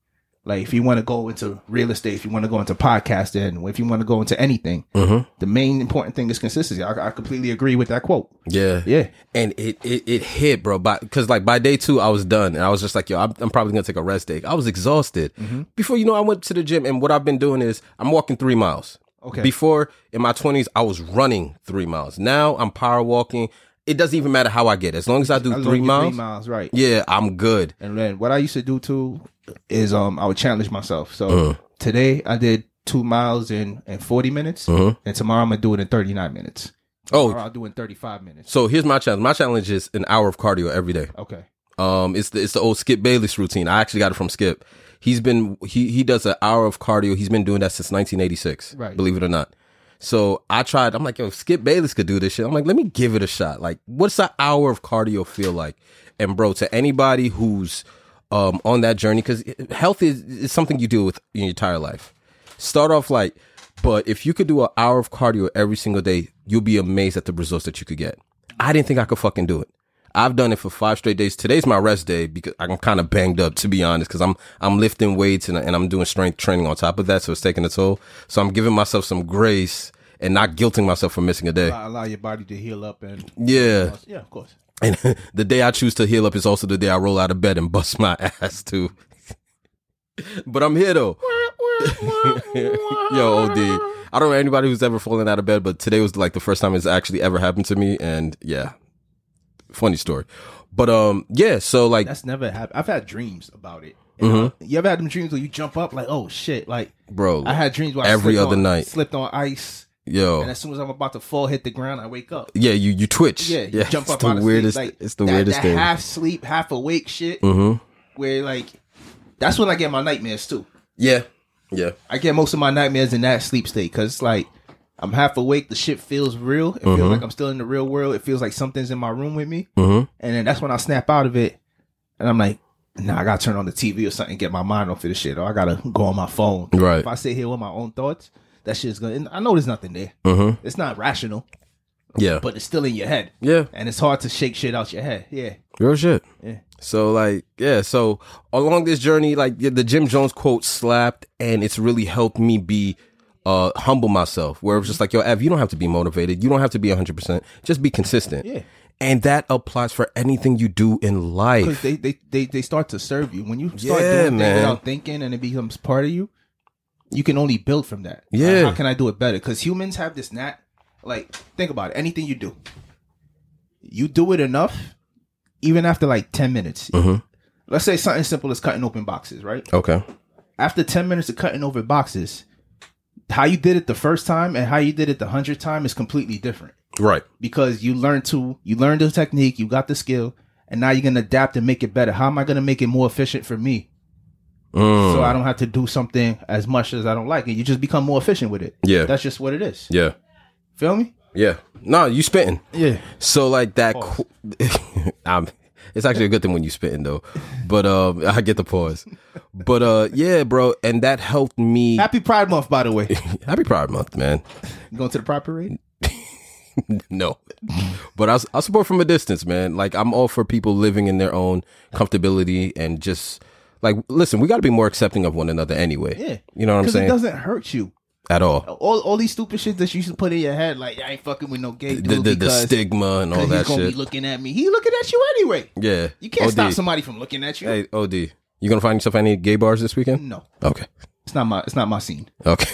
Speaker 2: Like if you want to go into real estate, if you want to go into podcasting, if you want to go into anything,
Speaker 1: Mm-hmm.
Speaker 2: the main important thing is consistency. I, I completely agree with that quote.
Speaker 1: Yeah.
Speaker 2: Yeah,
Speaker 1: And it, it, it hit, bro. By because like by day two, I was done, and I was just like, yo, I'm, I'm probably gonna take a rest day. I was exhausted. Before you know, I went to the gym, and what I've been doing is I'm walking three miles.
Speaker 2: Okay.
Speaker 1: Before in my 20s, I was running three miles. Now I'm power walking. It doesn't even matter how I get, as long as I do
Speaker 2: I love
Speaker 1: three
Speaker 2: your
Speaker 1: miles.
Speaker 2: three miles, right?
Speaker 1: Yeah, I'm good.
Speaker 2: And then what I used to do too is um I would challenge myself. So
Speaker 1: Uh-huh.
Speaker 2: today I did two miles in in forty minutes, and tomorrow I'm gonna do it in thirty nine minutes.
Speaker 1: Uh-huh. Oh,
Speaker 2: Or I'll do it in thirty five minutes.
Speaker 1: So here's my challenge. My challenge is an hour of cardio every day.
Speaker 2: Okay.
Speaker 1: Um, it's the it's the old Skip Bayless routine. I actually got it from Skip. He's been he he does an hour of cardio. He's been doing that since 1986.
Speaker 2: Right.
Speaker 1: Believe it or not. So I tried. I'm like, yo, if Skip Bayless could do this shit. I'm like, let me give it a shot. Like, what's an hour of cardio feel like? And bro, to anybody who's um on that journey, because health is, is something you deal with in your entire life. Start off like, but if you could do an hour of cardio every single day, you'll be amazed at the results that you could get. I didn't think I could fucking do it. I've done it for five straight days. Today's my rest day because I'm kind of banged up, to be honest, because I'm I'm lifting weights and, and I'm doing strength training on top of that, so it's taking a toll. So I'm giving myself some grace and not guilting myself for missing a day.
Speaker 2: I allow your body to heal up and
Speaker 1: Yeah,
Speaker 2: yeah, of course.
Speaker 1: and the day I choose to heal up is also the day I roll out of bed and bust my ass too. but I'm here though. Yo, OD. I don't know anybody who's ever fallen out of bed, but today was like the first time it's actually ever happened to me, and yeah, funny story. But um, yeah. So like,
Speaker 2: That's never happened. I've had dreams about it.
Speaker 1: Uh-huh.
Speaker 2: uh, You ever had them dreams where you jump up like, oh shit, like
Speaker 1: bro,
Speaker 2: I had dreams where I
Speaker 1: Every
Speaker 2: slipped
Speaker 1: other
Speaker 2: on-
Speaker 1: night.
Speaker 2: slipped on ice, and
Speaker 1: yo,
Speaker 2: as soon as I'm about to fall, hit the ground, I wake up.
Speaker 1: yeah, you you twitch.
Speaker 2: Yeah, you jump
Speaker 1: it's
Speaker 2: up
Speaker 1: the
Speaker 2: out of
Speaker 1: weirdest.
Speaker 2: sleep. Like,
Speaker 1: it's the
Speaker 2: that-
Speaker 1: weirdest
Speaker 2: that
Speaker 1: thing. Mm-hmm.
Speaker 2: Half sleep, half awake shit. Where like, that's when I get my nightmares too.
Speaker 1: yeah, yeah,
Speaker 2: I get most of my nightmares in that sleep state because it's like I'm half awake. The shit feels real. It feels like I'm still in the real world. It feels like something's in my room with me.
Speaker 1: Mm-hmm.
Speaker 2: And then that's when I snap out of it, and I'm like. Nah, I gotta turn on the TV or something, get my mind off of this shit, or I gotta go on my phone.
Speaker 1: Right.
Speaker 2: If I sit here with my own thoughts, that shit's gonna. And I know there's nothing there. It's not rational,
Speaker 1: yeah,
Speaker 2: but it's still in your head.
Speaker 1: yeah.
Speaker 2: And it's hard to shake shit out your head. Yeah.
Speaker 1: Real shit.
Speaker 2: Yeah.
Speaker 1: So like, yeah. So along this journey, like yeah, the Jim Jones quote slapped, and it's really helped me be uh humble myself. Where it was just like, yo, Ev, you don't have to be motivated. You don't have to be hundred percent. Just be consistent.
Speaker 2: Yeah.
Speaker 1: And that applies for anything you do in
Speaker 2: because
Speaker 1: life.
Speaker 2: they, they they they start to serve you when you start
Speaker 1: Yeah, man.
Speaker 2: doing things without thinking and it becomes part of you you can only build from that Like,
Speaker 1: Yeah.
Speaker 2: how can i do it better because humans have this nat like think about it anything you do you do it enough even after like 10 minutes
Speaker 1: Mm-hmm.
Speaker 2: let's say something simple as cutting open boxes right
Speaker 1: okay.
Speaker 2: after 10 minutes of cutting open boxes how you did it the first time and how you did it the hundredth time is completely different
Speaker 1: Right.
Speaker 2: because you learned to you learned the technique, you got the skill, and now you're gonna adapt and make it better. How am I gonna make it more efficient for me
Speaker 1: Mm.
Speaker 2: so I don't have to do something as much as I don't like? And you just become more efficient with it.
Speaker 1: Yeah.
Speaker 2: that's just what it is.
Speaker 1: yeah.
Speaker 2: Feel me?
Speaker 1: Yeah. Nah, you spitting.
Speaker 2: Yeah.
Speaker 1: So like that. Qu- I'm, it's actually a good thing when you spitting though, but um, I get the pause. But uh, yeah, bro, and that helped me.
Speaker 2: Happy Pride Month, by the way.
Speaker 1: Happy Pride Month, man.
Speaker 2: You going to the Pride Parade?
Speaker 1: No, but I, I support from a distance, man. Like I'm all for people living in their own comfortability and just like listen. We got to be more accepting of one another anyway.
Speaker 2: Yeah.
Speaker 1: you know what I'm
Speaker 2: Because it
Speaker 1: saying
Speaker 2: doesn't hurt you.
Speaker 1: at all.
Speaker 2: All all these stupid shit that you used to put in your head, like I ain't fucking with no gay dude
Speaker 1: The, the, the
Speaker 2: because
Speaker 1: stigma and all
Speaker 2: he's
Speaker 1: that
Speaker 2: gonna
Speaker 1: shit.
Speaker 2: be looking at me. He looking at you anyway.
Speaker 1: yeah,
Speaker 2: You can't
Speaker 1: OD.
Speaker 2: stop somebody from looking at you.
Speaker 1: Hey, Od, you gonna find yourself at any gay bars this weekend?
Speaker 2: No,
Speaker 1: Okay,
Speaker 2: it's not my it's not my scene.
Speaker 1: okay.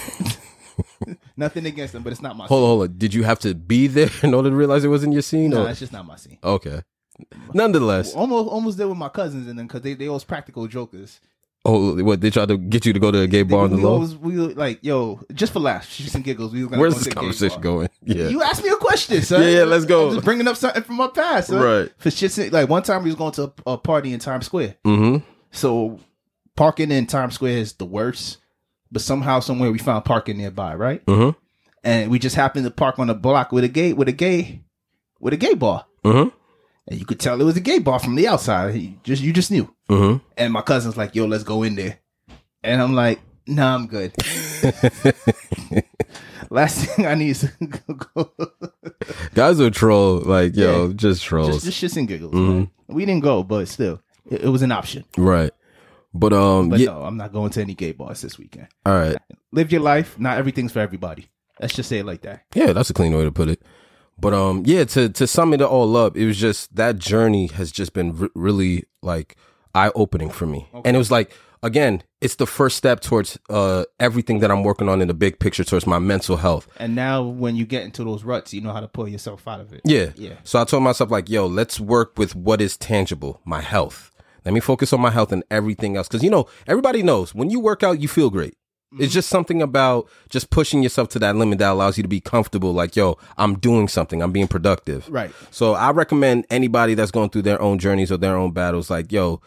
Speaker 2: Nothing against them, but it's not my.
Speaker 1: Hold on, hold on. Did you have to be there in order to realize it was in your scene?
Speaker 2: scene. No,
Speaker 1: or-
Speaker 2: that's just not my scene.
Speaker 1: Okay. Nonetheless,
Speaker 2: Almost, almost there with my cousins and them because they they always practical jokers.
Speaker 1: oh, what they tried to get you to go to a gay bar on the
Speaker 2: we
Speaker 1: low.
Speaker 2: always we were like yo just for laughs, shits and giggles. We was gonna
Speaker 1: Where's
Speaker 2: go
Speaker 1: this
Speaker 2: to the gay
Speaker 1: conversation
Speaker 2: bar.
Speaker 1: going? Yeah,
Speaker 2: You asked me a question, son.
Speaker 1: Yeah, yeah, let's go.
Speaker 2: I'm just bringing up something from my past, son.
Speaker 1: right.
Speaker 2: For shits, and- like one time we was going to a, a party in Times Square.
Speaker 1: Mm-hmm.
Speaker 2: So parking in Times Square is the worst, but somehow somewhere we found parking nearby, right?
Speaker 1: Mm-hmm.
Speaker 2: And we just happened to park on a block with a gay with a gay with a gay bar,
Speaker 1: Mm-hmm.
Speaker 2: and you could tell it was a gay bar from the outside. You just you just knew.
Speaker 1: Mm-hmm.
Speaker 2: And my cousin's like, yo, let's go in there. And I'm like, nah, I'm good.
Speaker 1: Mm-hmm.
Speaker 2: Last thing I need is go.
Speaker 1: Guys are troll. Like, yo, just trolls.
Speaker 2: just, just shits and giggles.
Speaker 1: Mm-hmm.
Speaker 2: man. We didn't go, but still, it, it was an option.
Speaker 1: right. But um,
Speaker 2: But
Speaker 1: yeah.
Speaker 2: no, I'm not going to any gay bars this weekend.
Speaker 1: All right.
Speaker 2: Live your life. Not everything's for everybody. Let's just say it like that.
Speaker 1: Yeah, that's a clean way to put it. But um, yeah, to to sum it all up, it was just that journey has just been re- really like eye opening for me, and it was like again, it's the first step towards uh everything that I'm working on in the big picture towards my mental health.
Speaker 2: And now, when you get into those ruts, you know how to pull yourself out of it.
Speaker 1: Yeah,
Speaker 2: Yeah.
Speaker 1: So I told myself like, yo, let's work with what is tangible, my health. Let me focus on my health and everything else, because you know everybody knows when you work out, you feel great. It's just something about just pushing yourself to that limit that allows you to be comfortable. Like, yo, I'm doing something. I'm being productive.
Speaker 2: Right.
Speaker 1: So I recommend anybody that's going through their own journeys or their own battles, like, yo,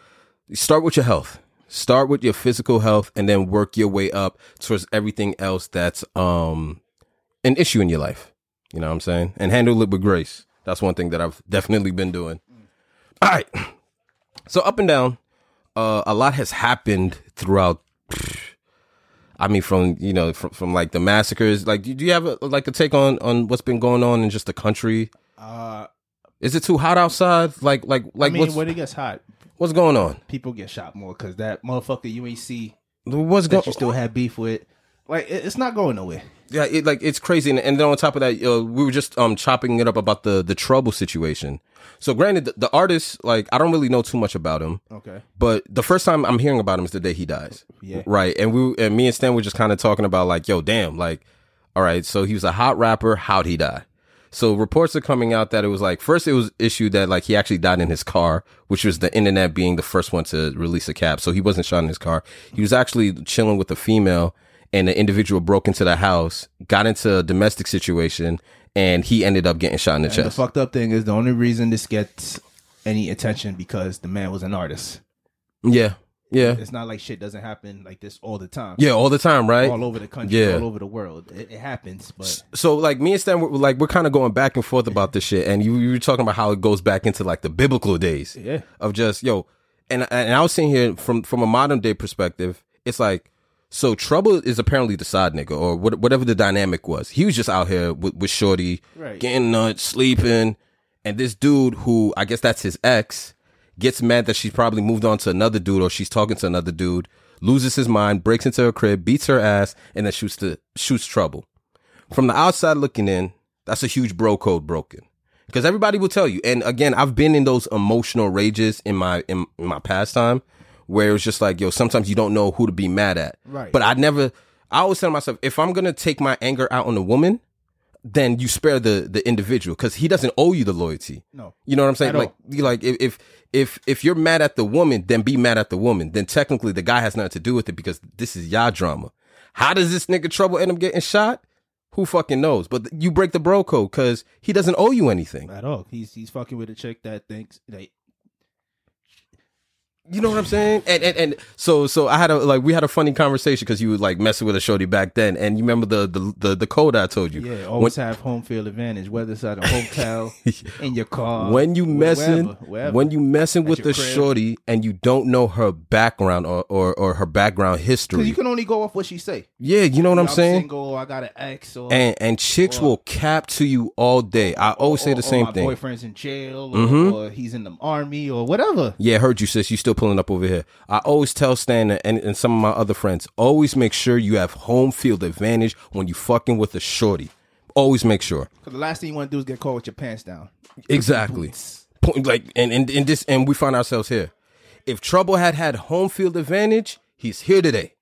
Speaker 1: start with your health. Start with your physical health and then work your way up towards everything else that's um an issue in your life. You know what I'm saying? And handle it with grace. That's one thing that I've definitely been doing. All right. So up and down, uh, a lot has happened throughout I mean, from you know, from, from like the massacres. Like, do do you have a, like a take on on what's been going on in just the country?
Speaker 2: Uh,
Speaker 1: Is it too hot outside? Like, like,
Speaker 2: I
Speaker 1: like,
Speaker 2: mean,
Speaker 1: what's
Speaker 2: when it gets hot,
Speaker 1: what's going on?
Speaker 2: people get shot more because that motherfucker you ain't see
Speaker 1: What's going?
Speaker 2: that you still have beef with, like, it, it's not going nowhere.
Speaker 1: Yeah, it, like it's crazy. And, and then on top of that, uh, we were just um chopping it up about the the trouble situation. So, granted, the, the artist, like, I don't really know too much about him.
Speaker 2: Okay.
Speaker 1: But the first time I'm hearing about him is the day he dies.
Speaker 2: Yeah.
Speaker 1: Right. And we and me and Stan were just kind of talking about like, yo, damn, like, all right, so he was a hot rapper, how'd he die? So reports are coming out that it was like first it was issued that like he actually died in his car, which was the internet being the first one to release a cap. So he wasn't shot in his car. He was actually chilling with a female and the individual broke into the house, got into a domestic situation, and he ended up getting shot in the
Speaker 2: And the
Speaker 1: chest.
Speaker 2: fucked up thing is the only reason this gets any attention because the man was an artist.
Speaker 1: yeah. Yeah.
Speaker 2: It's not like shit doesn't happen like this all the time.
Speaker 1: Yeah, all the time, right?
Speaker 2: All over the country,
Speaker 1: Yeah.
Speaker 2: all over the world. It, it happens, but
Speaker 1: so like me and Stan were like we're kind of going back and forth about this shit, and you you were talking about how it goes back into like the biblical days
Speaker 2: yeah.
Speaker 1: of just yo, and and I was sitting here from from a modern day perspective, it's like so trouble is apparently the side nigga or what, whatever the dynamic was. He was just out here with, with Shorty,
Speaker 2: Right.
Speaker 1: getting nuts, sleeping, and this dude who I guess that's his ex gets mad that she's probably moved on to another dude or she's talking to another dude, loses his mind, breaks into her crib, beats her ass, and then shoots the shoots trouble from the outside looking in, that's a huge bro code broken. Because everybody will tell you, and again, I've been in those emotional rages in my in, in my pastime, where it was just like, yo, sometimes you don't know who to be mad at.
Speaker 2: Right.
Speaker 1: But I never, I always tell myself, if I'm gonna take my anger out on a woman, then you spare the the individual because he doesn't owe you the loyalty.
Speaker 2: No.
Speaker 1: You know what I'm saying?
Speaker 2: At all.
Speaker 1: like, you like if, if if if you're mad at the woman, then be mad at the woman. Then technically, the guy has nothing to do with it because this is y'all drama. How does this nigga trouble end up getting shot? Who fucking knows? But you break the bro code because he doesn't owe you anything.
Speaker 2: at all. He's he's fucking with a chick that thinks like
Speaker 1: You know what I'm saying? And and, and so so I had a like we had a funny conversation because you were like messing with a shorty back then, and you remember the the the, the code I told you.
Speaker 2: yeah, always have home field advantage, whether it's at a hotel, in your car,
Speaker 1: when you
Speaker 2: Uh, wh-
Speaker 1: messing
Speaker 2: wherever, wherever.
Speaker 1: when you messing with
Speaker 2: your
Speaker 1: the
Speaker 2: crib.
Speaker 1: shorty and you don't know her background or or, or her background
Speaker 2: 'Cause
Speaker 1: history.
Speaker 2: you can only go off what she say.
Speaker 1: yeah, you know what I'm saying?
Speaker 2: single. Or I got an ex. Or,
Speaker 1: And and chicks will cap to you all day. I always say
Speaker 2: or-
Speaker 1: the
Speaker 2: or
Speaker 1: same
Speaker 2: Oh, my
Speaker 1: thing. Mm-hmm.
Speaker 2: Boyfriend's in jail, or, or he's in the army, or whatever.
Speaker 1: Yeah, heard you, sis. You still pulling up over here. I always tell Stan and, and some of my other friends, always make sure you have home field advantage when you fucking with a shorty. Always make sure.
Speaker 2: Because the last thing you want to do is get caught with your pants down.
Speaker 1: Exactly. Point- Like and, and and this and we find ourselves here. If Trouble had had home field advantage, he's here today.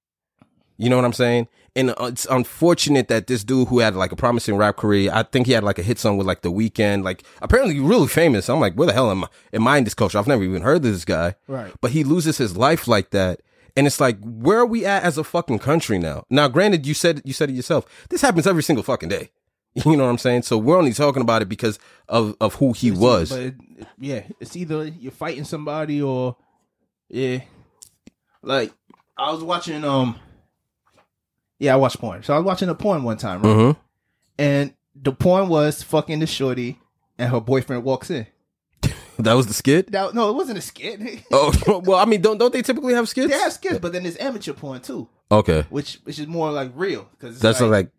Speaker 1: You know what I'm saying? And uh, it's unfortunate that this dude who had like a promising rap career, I think he had like a hit song with like The Weeknd, like apparently really famous. I'm like, where the hell am I? Am I in this culture? I've never even heard of this guy.
Speaker 2: Right.
Speaker 1: But he loses his life like that. And it's like, where are we at as a fucking country now? Now, granted, you said you said it yourself. This happens every single fucking day. You know what I'm saying? So we're only talking about it because of of who he was.
Speaker 2: But it, it- yeah, it's either you're fighting somebody or yeah. Like I was watching um yeah, I watched porn. So I was watching a porn one time, right?
Speaker 1: Mhm.
Speaker 2: And the porn was fucking the shorty and her boyfriend walks in.
Speaker 1: That was the skit.
Speaker 2: Now no, it wasn't a skit. they
Speaker 1: Oh well, I mean, don't don't they typically have skits?
Speaker 2: have skits, but then there's amateur porn too,
Speaker 1: Okay,
Speaker 2: which which is more like real because
Speaker 1: that's
Speaker 2: like,
Speaker 1: like,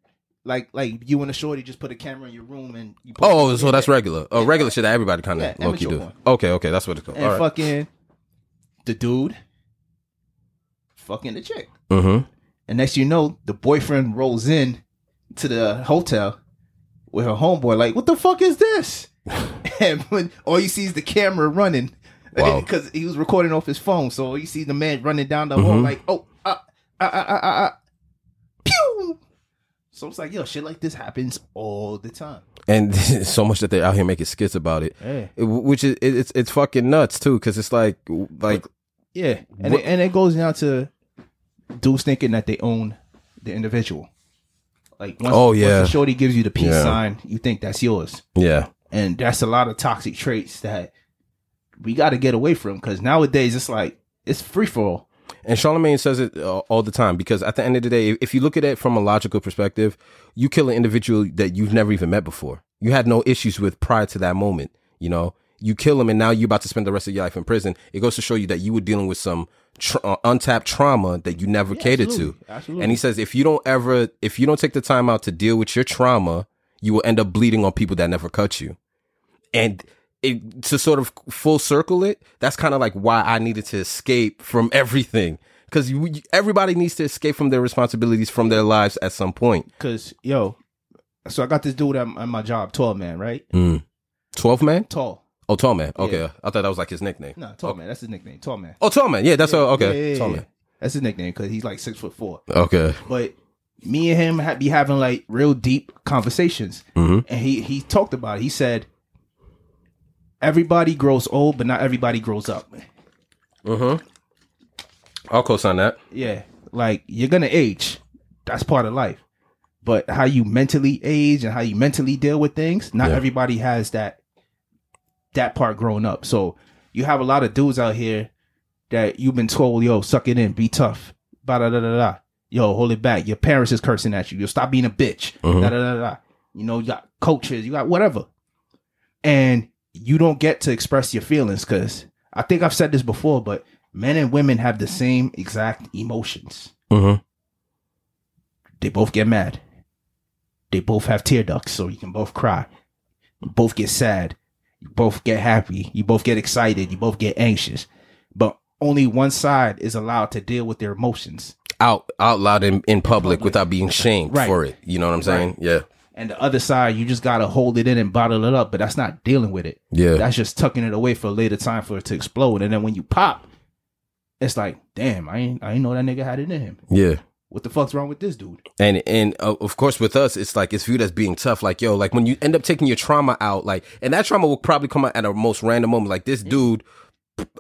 Speaker 2: like like you and a shorty just put a camera in your room and you put
Speaker 1: oh, so that's regular. Oh,
Speaker 2: Yeah.
Speaker 1: regular shit that everybody kind
Speaker 2: Yeah,
Speaker 1: of low key
Speaker 2: amateur
Speaker 1: do.
Speaker 2: porn.
Speaker 1: Okay, okay, that's what it's called.
Speaker 2: and
Speaker 1: All right.
Speaker 2: fucking the dude fucking the chick.
Speaker 1: Mm-hmm.
Speaker 2: And next you know, the boyfriend rolls in to the hotel with her homeboy, like, what the fuck is this? and when all you see is the camera running.
Speaker 1: Wow.
Speaker 2: Because he was recording off his phone. So all you see the man running down the hall, like, oh, ah, ah, ah, ah, ah, ah. Pew! So it's like, yo, shit like this happens all the time.
Speaker 1: And so much that they're out here making skits about it,
Speaker 2: Yeah.
Speaker 1: It- which is it, it's it's fucking nuts too, because it's like like
Speaker 2: Yeah. And
Speaker 1: What-
Speaker 2: it, and it goes down to dudes thinking that they own the individual. Like, once,
Speaker 1: Oh,
Speaker 2: once
Speaker 1: yeah.
Speaker 2: the shorty gives you the peace
Speaker 1: Yeah.
Speaker 2: sign, you think that's yours.
Speaker 1: yeah,
Speaker 2: and that's a lot of toxic traits that we got to get away from because nowadays it's like it's free for all.
Speaker 1: And Charlemagne says it uh, all the time because at the end of the day, if you look at it from a logical perspective, you kill an individual that you've never even met before. You had no issues with prior to that moment. You know, you kill him and now you're about to spend the rest of your life in prison. It goes to show you that you were dealing with some tra- uh, untapped trauma that you never catered to.
Speaker 2: absolutely, absolutely.
Speaker 1: And he says, if you don't ever, if you don't take the time out to deal with your trauma, you will end up bleeding on people that never cut you and it, to sort of full circle it that's kind of like why i needed to escape from everything because everybody needs to escape from their responsibilities from their lives at some point
Speaker 2: Because yo, so I got this dude at, at my job, tall man, right?
Speaker 1: Mm. 12 man
Speaker 2: Tall,
Speaker 1: oh tall man okay i thought that was like his nickname
Speaker 2: no, tall man. That's his nickname, tall man.
Speaker 1: oh tall man yeah that's all Oh. okay
Speaker 2: Yeah, yeah,
Speaker 1: tall
Speaker 2: yeah.
Speaker 1: man
Speaker 2: That's his nickname because he's like six foot four.
Speaker 1: okay
Speaker 2: But me and him ha- be having like real deep conversations,
Speaker 1: Mm-hmm.
Speaker 2: and he he talked about it. He said, "Everybody grows old, but not everybody grows up."
Speaker 1: i'll co-sign that
Speaker 2: Yeah, like you're gonna age. That's part of life. But how you mentally age and how you mentally deal with things, not everybody has that that part growing up. So you have a lot of dudes out here that you've been told, yo, suck it in, be tough. Ba da da da da. Yo, hold it back. Your parents is cursing at you. Yo, stop being a bitch. Da da da da. You know, you got coaches, you got whatever. And you don't get to express your feelings because I think I've said this before, but men and women have the same exact emotions.
Speaker 1: mm-hmm.
Speaker 2: They both get mad. They both have tear ducts, so you can both cry. You both get sad. You both get happy. You both get excited. You both get anxious. But only one side is allowed to deal with their emotions,
Speaker 1: out out loud in, in public without being shamed
Speaker 2: Right.
Speaker 1: for it you know what i'm saying yeah
Speaker 2: and the other side, you just gotta hold it in and bottle it up. But that's not dealing with it.
Speaker 1: yeah
Speaker 2: That's just tucking it away for a later time for it to explode. And then when you pop, it's like, damn, I ain't, I ain't know that nigga had it in him.
Speaker 1: yeah
Speaker 2: What the fuck's wrong with this dude?
Speaker 1: And and uh, of course with us it's like it's viewed as being tough like yo like when you end up taking your trauma out like and that trauma will probably come out at a most random moment like this dude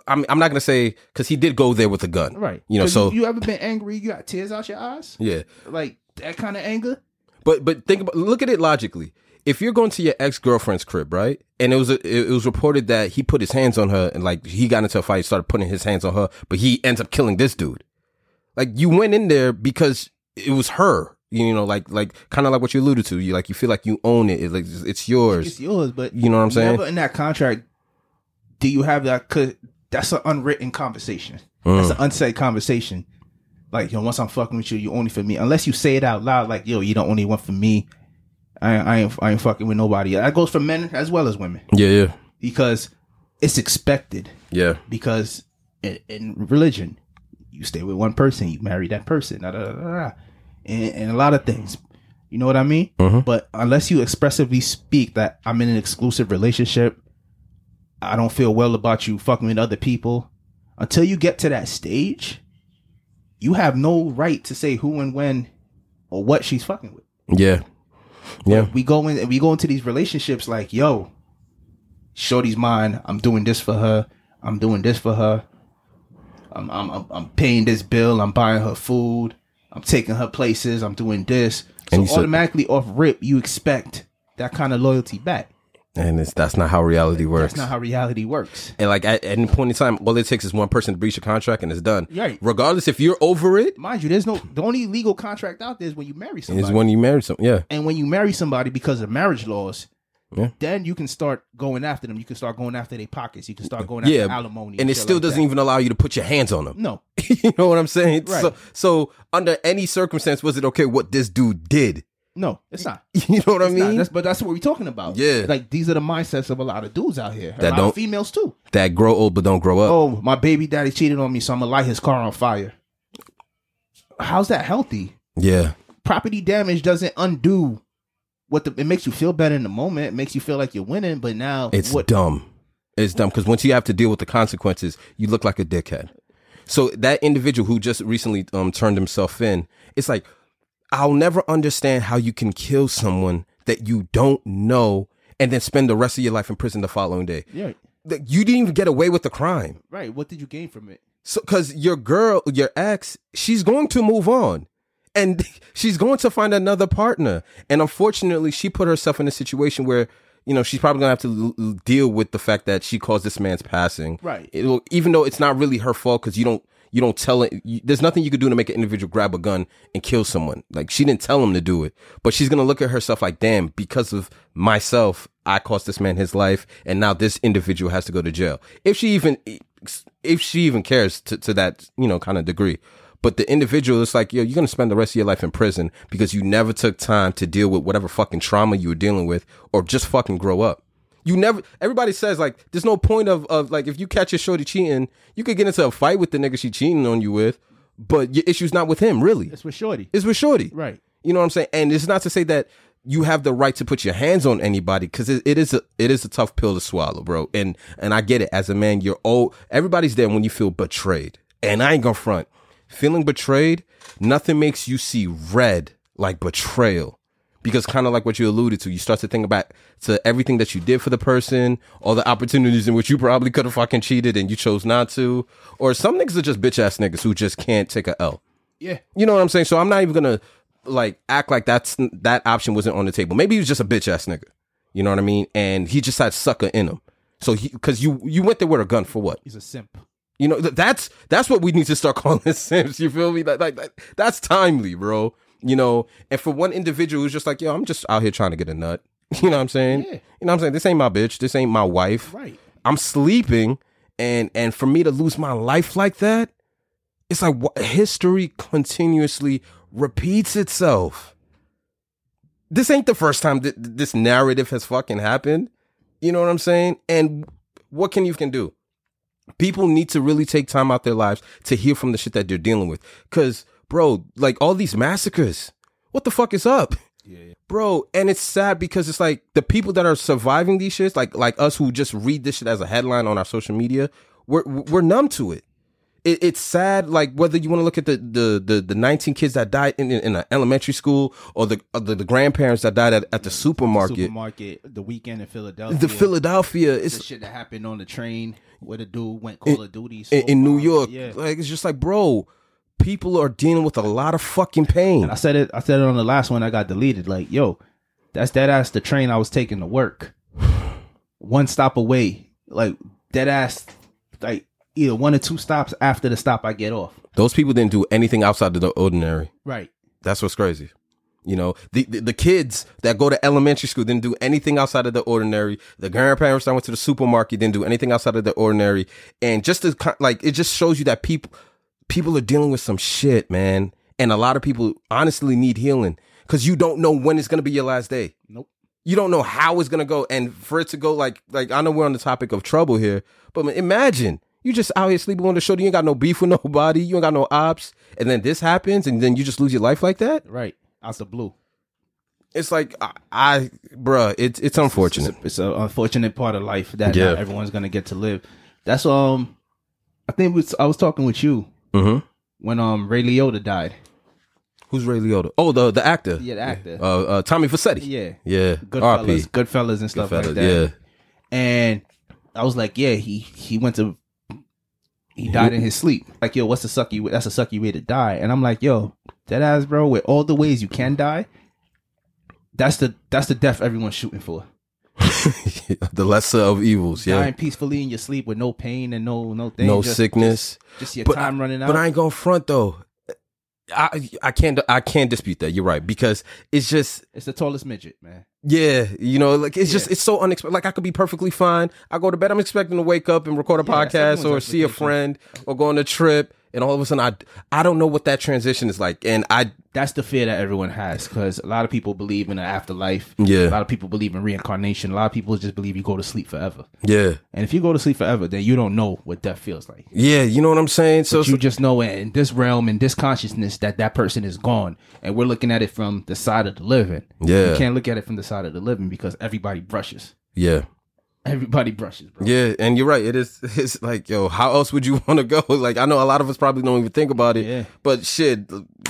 Speaker 1: I'm I'm not gonna say because he did go there with a gun,
Speaker 2: Right.
Speaker 1: You know,
Speaker 2: 'Cause
Speaker 1: so
Speaker 2: you ever been angry? You got tears out your eyes?
Speaker 1: yeah.
Speaker 2: Like that kind of anger?
Speaker 1: But but think about look at it logically. If you're going to your ex girlfriend's crib, right, and it was a, it was reported that he put his hands on her and like he got into a fight, started putting his hands on her, but he ends up killing this dude. Like you went in there because it was her, you know, like like kind of like what you alluded to. You like you feel like you own it, It's like it's
Speaker 2: It's
Speaker 1: yours.
Speaker 2: yours, but
Speaker 1: You know what I'm saying?
Speaker 2: Never in that contract do you have that? Cause that's an unwritten conversation.
Speaker 1: Mm.
Speaker 2: That's an unsaid conversation. Like yo, once I'm fucking with you, you only for me. Unless you say it out loud, like yo, you don't only want for me. I, I ain't I ain't fucking with nobody. That goes for men as well as women
Speaker 1: Yeah, yeah,
Speaker 2: because it's expected.
Speaker 1: yeah.
Speaker 2: Because in, in religion, you stay with one person, you marry that person, da, da, da, da, da. And, and a lot of things. You know what I mean? But unless you expressively speak that I'm in an exclusive relationship, I don't feel well about you fucking with other people. Until you get to that stage, you have no right to say who and when or what she's fucking with
Speaker 1: Yeah. Yeah.
Speaker 2: we go in and we go into these relationships like, yo, Shorty's mine. I'm doing this for her. I'm doing this for her. I'm I'm I'm, I'm paying this bill. I'm buying her food. I'm taking her places. I'm doing this.
Speaker 1: And
Speaker 2: So
Speaker 1: you said-
Speaker 2: automatically off rip, you expect that kind of loyalty back.
Speaker 1: And it's that's not how reality works.
Speaker 2: That's not how reality works.
Speaker 1: and like at, at any point in time, all it takes is one person to breach a contract and it's done.
Speaker 2: Right.
Speaker 1: Regardless if you're over it,
Speaker 2: Mind you, there's no the only legal contract out there is when you marry
Speaker 1: is
Speaker 2: somebody.
Speaker 1: when you marry someone. Yeah.
Speaker 2: and when you marry somebody because of marriage laws,
Speaker 1: Yeah.
Speaker 2: then you can start going after them. You can start going after their pockets. You can start going after alimony.
Speaker 1: And it
Speaker 2: shit
Speaker 1: still
Speaker 2: like
Speaker 1: doesn't even allow you to put your hands on them.
Speaker 2: that. No,
Speaker 1: you know what I'm saying?
Speaker 2: Right.
Speaker 1: So, so under any circumstance, was it okay what this dude did?
Speaker 2: no, it's not.
Speaker 1: You know what I
Speaker 2: It's not.
Speaker 1: mean?
Speaker 2: That's, but that's what we're talking about.
Speaker 1: Yeah.
Speaker 2: like these are the mindsets of a lot of dudes out here.
Speaker 1: That
Speaker 2: a lot
Speaker 1: don't-
Speaker 2: of females too.
Speaker 1: that grow old but don't grow up.
Speaker 2: Oh, my baby daddy cheated on me, so I'm gonna light his car on fire. How's that healthy?
Speaker 1: Yeah.
Speaker 2: Property damage doesn't undo what the. It makes you feel better in the moment. It makes you feel like you're winning, but now
Speaker 1: It's
Speaker 2: what?
Speaker 1: dumb. It's dumb because once you have to deal with the consequences, you look like a dickhead. So that individual who just recently um, turned himself in, it's like I'll never understand how you can kill someone that you don't know and then spend the rest of your life in prison the following day.
Speaker 2: Yeah,
Speaker 1: Like, You didn't even get away with the crime.
Speaker 2: right. What did you gain from it?
Speaker 1: So, because your girl, your ex, she's going to move on and she's going to find another partner. And unfortunately, she put herself in a situation where, you know, she's probably gonna have to l- l- deal with the fact that she caused this man's passing.
Speaker 2: Right.
Speaker 1: It will- even though it's not really her fault because you don't, you don't tell it. You, there's nothing you could do to make an individual grab a gun and kill someone. Like she didn't tell him to do it, but she's gonna look at herself like, damn, because of myself, I cost this man his life, and now this individual has to go to jail. If she even, e, if she even cares to, to that, you know, kind of degree. But the individual, it's like, yo, you're gonna spend the rest of your life in prison because you never took time to deal with whatever fucking trauma you were dealing with, or just fucking grow up. You never. Everybody says like, there's no point of of like, if you catch your shorty cheating, you could get into a fight with the nigga she cheating on you with, but your issue's not with him, really.
Speaker 2: It's with Shorty.
Speaker 1: It's with shorty,
Speaker 2: Right.
Speaker 1: You know what I'm saying? And it's not to say that you have the right to put your hands on anybody because it, it is a it is a tough pill to swallow, bro. And and I get it. As a man, you're old. Everybody's there when you feel betrayed. And I ain't gonna front. Feeling betrayed, nothing makes you see red like betrayal. Because kind of like what you alluded to, you start to think about to everything that you did for the person, all the opportunities in which you probably could have fucking cheated and you chose not to. Or some niggas are just bitch ass niggas who just can't take a L.
Speaker 2: Yeah.
Speaker 1: You know what I'm saying? So I'm not even gonna like act like that's that option wasn't on the table. Maybe he was just a bitch ass nigga. You know what I mean? And he just had sucker in him. So he because you you went there with a gun for what?
Speaker 2: He's a simp.
Speaker 1: You know th- that's that's what we need to start calling Sims. You feel me? Like, like that, that's timely, bro. You know, and for one individual who's just like, yo, I'm just out here trying to get a nut. You know what I'm saying? You
Speaker 2: Yeah.
Speaker 1: know what I'm saying? This ain't my bitch. This ain't my wife.
Speaker 2: Right.
Speaker 1: I'm sleeping, and and for me to lose my life like that, it's like wha- history continuously repeats itself. This ain't the first time that this narrative has fucking happened. You know what I'm saying? And what can you can do? People need to really take time out their lives to hear from the shit that they're dealing with. Cause, bro, like all these massacres, what the fuck is up? bro and it's sad because it's like the people that are surviving these shits like like us who just read this shit as a headline on our social media we're we're numb to it it, it's sad. Like whether you want to look at the, the the the 19 kids that died in in, in an elementary school or the, or the the grandparents that died at, at the supermarket.
Speaker 2: Supermarket the weekend in Philadelphia.
Speaker 1: the Philadelphia,
Speaker 2: the
Speaker 1: it's
Speaker 2: shit that happened on the train where the dude went Call of Duty so
Speaker 1: in, in New
Speaker 2: far.
Speaker 1: York.
Speaker 2: Oh, Yeah.
Speaker 1: Like it's just like, bro, people are dealing with a lot of fucking pain.
Speaker 2: I said it. I said it on the last one. I got deleted. Like, yo, that's dead ass the train I was taking to work. One stop away, like dead ass, like either one or two stops after the stop I get off.
Speaker 1: Those people didn't do anything outside of the ordinary.
Speaker 2: Right.
Speaker 1: That's what's crazy. You know, the, the the kids that go to elementary school didn't do anything outside of the ordinary. The grandparents that went to the supermarket didn't do anything outside of the ordinary. And just to, ki- like it just shows you that people people are dealing with some shit, man. And a lot of people honestly need healing because you don't know when it's gonna be your last day.
Speaker 2: Nope.
Speaker 1: You don't know how it's gonna go, and for it to go like like I know we're on the topic of trouble here, but imagine you just out here sleeping on the shoulder. You ain't got no beef with nobody. You ain't got no ops, and then this happens, and then you just lose your life like that
Speaker 2: Right. Out the blue.
Speaker 1: it's like I, I bruh, it's it's unfortunate.
Speaker 2: It's an unfortunate part of life that
Speaker 1: Yeah.
Speaker 2: not everyone's gonna get to live. That's um, I think it was, I was talking with you
Speaker 1: Mm-hmm.
Speaker 2: when um Ray Liotta died.
Speaker 1: Who's Ray Liotta? Oh, the the actor.
Speaker 2: Yeah, the actor.
Speaker 1: Uh, uh, Tommy Fassetti.
Speaker 2: Yeah.
Speaker 1: yeah.
Speaker 2: Goodfellas,
Speaker 1: R.P.
Speaker 2: Goodfellas, and stuff
Speaker 1: Goodfellas,
Speaker 2: like that.
Speaker 1: yeah.
Speaker 2: and I was like, yeah, he he went to he died in his sleep. Like, yo, what's a sucky? way- That's a sucky way to die. And I'm like, yo, dead ass, bro. With all the ways you can die, that's the that's the death everyone's shooting for.
Speaker 1: the lesser of evils. Yeah.
Speaker 2: Dying peacefully in your sleep with no pain and no no thing,
Speaker 1: no
Speaker 2: just,
Speaker 1: sickness.
Speaker 2: just your
Speaker 1: But
Speaker 2: time running out.
Speaker 1: But I ain't gonna front though. I I can't I can't dispute that. You're right because it's just
Speaker 2: it's the tallest midget, man.
Speaker 1: Yeah, you know, like it's just
Speaker 2: Yeah.
Speaker 1: it's so unexpected. Like I could be perfectly fine. I go to bed. I'm expecting to wake up and record a
Speaker 2: Yeah, that's
Speaker 1: podcast or
Speaker 2: everyone's
Speaker 1: see a
Speaker 2: expectation.
Speaker 1: friend or go on a trip. And all of a sudden, I I don't know what that transition is like. And I
Speaker 2: That's the fear that everyone has because a lot of people believe in an afterlife.
Speaker 1: Yeah.
Speaker 2: a lot of people believe in reincarnation. A lot of people just believe you go to sleep forever.
Speaker 1: yeah
Speaker 2: And if you go to sleep forever, then you don't know what death feels like.
Speaker 1: yeah, you know what I'm saying. So,
Speaker 2: But you just know in this realm, in this consciousness, that that person is gone, and we're looking at it from the side of the living.
Speaker 1: Yeah.
Speaker 2: you can't look at it from the side of the living because everybody brushes.
Speaker 1: yeah,
Speaker 2: Everybody brushes, bro.
Speaker 1: yeah, and you're right. It is. It's like yo, how else would you want to go? Like I know a lot of us probably don't even think about it.
Speaker 2: Yeah.
Speaker 1: But shit,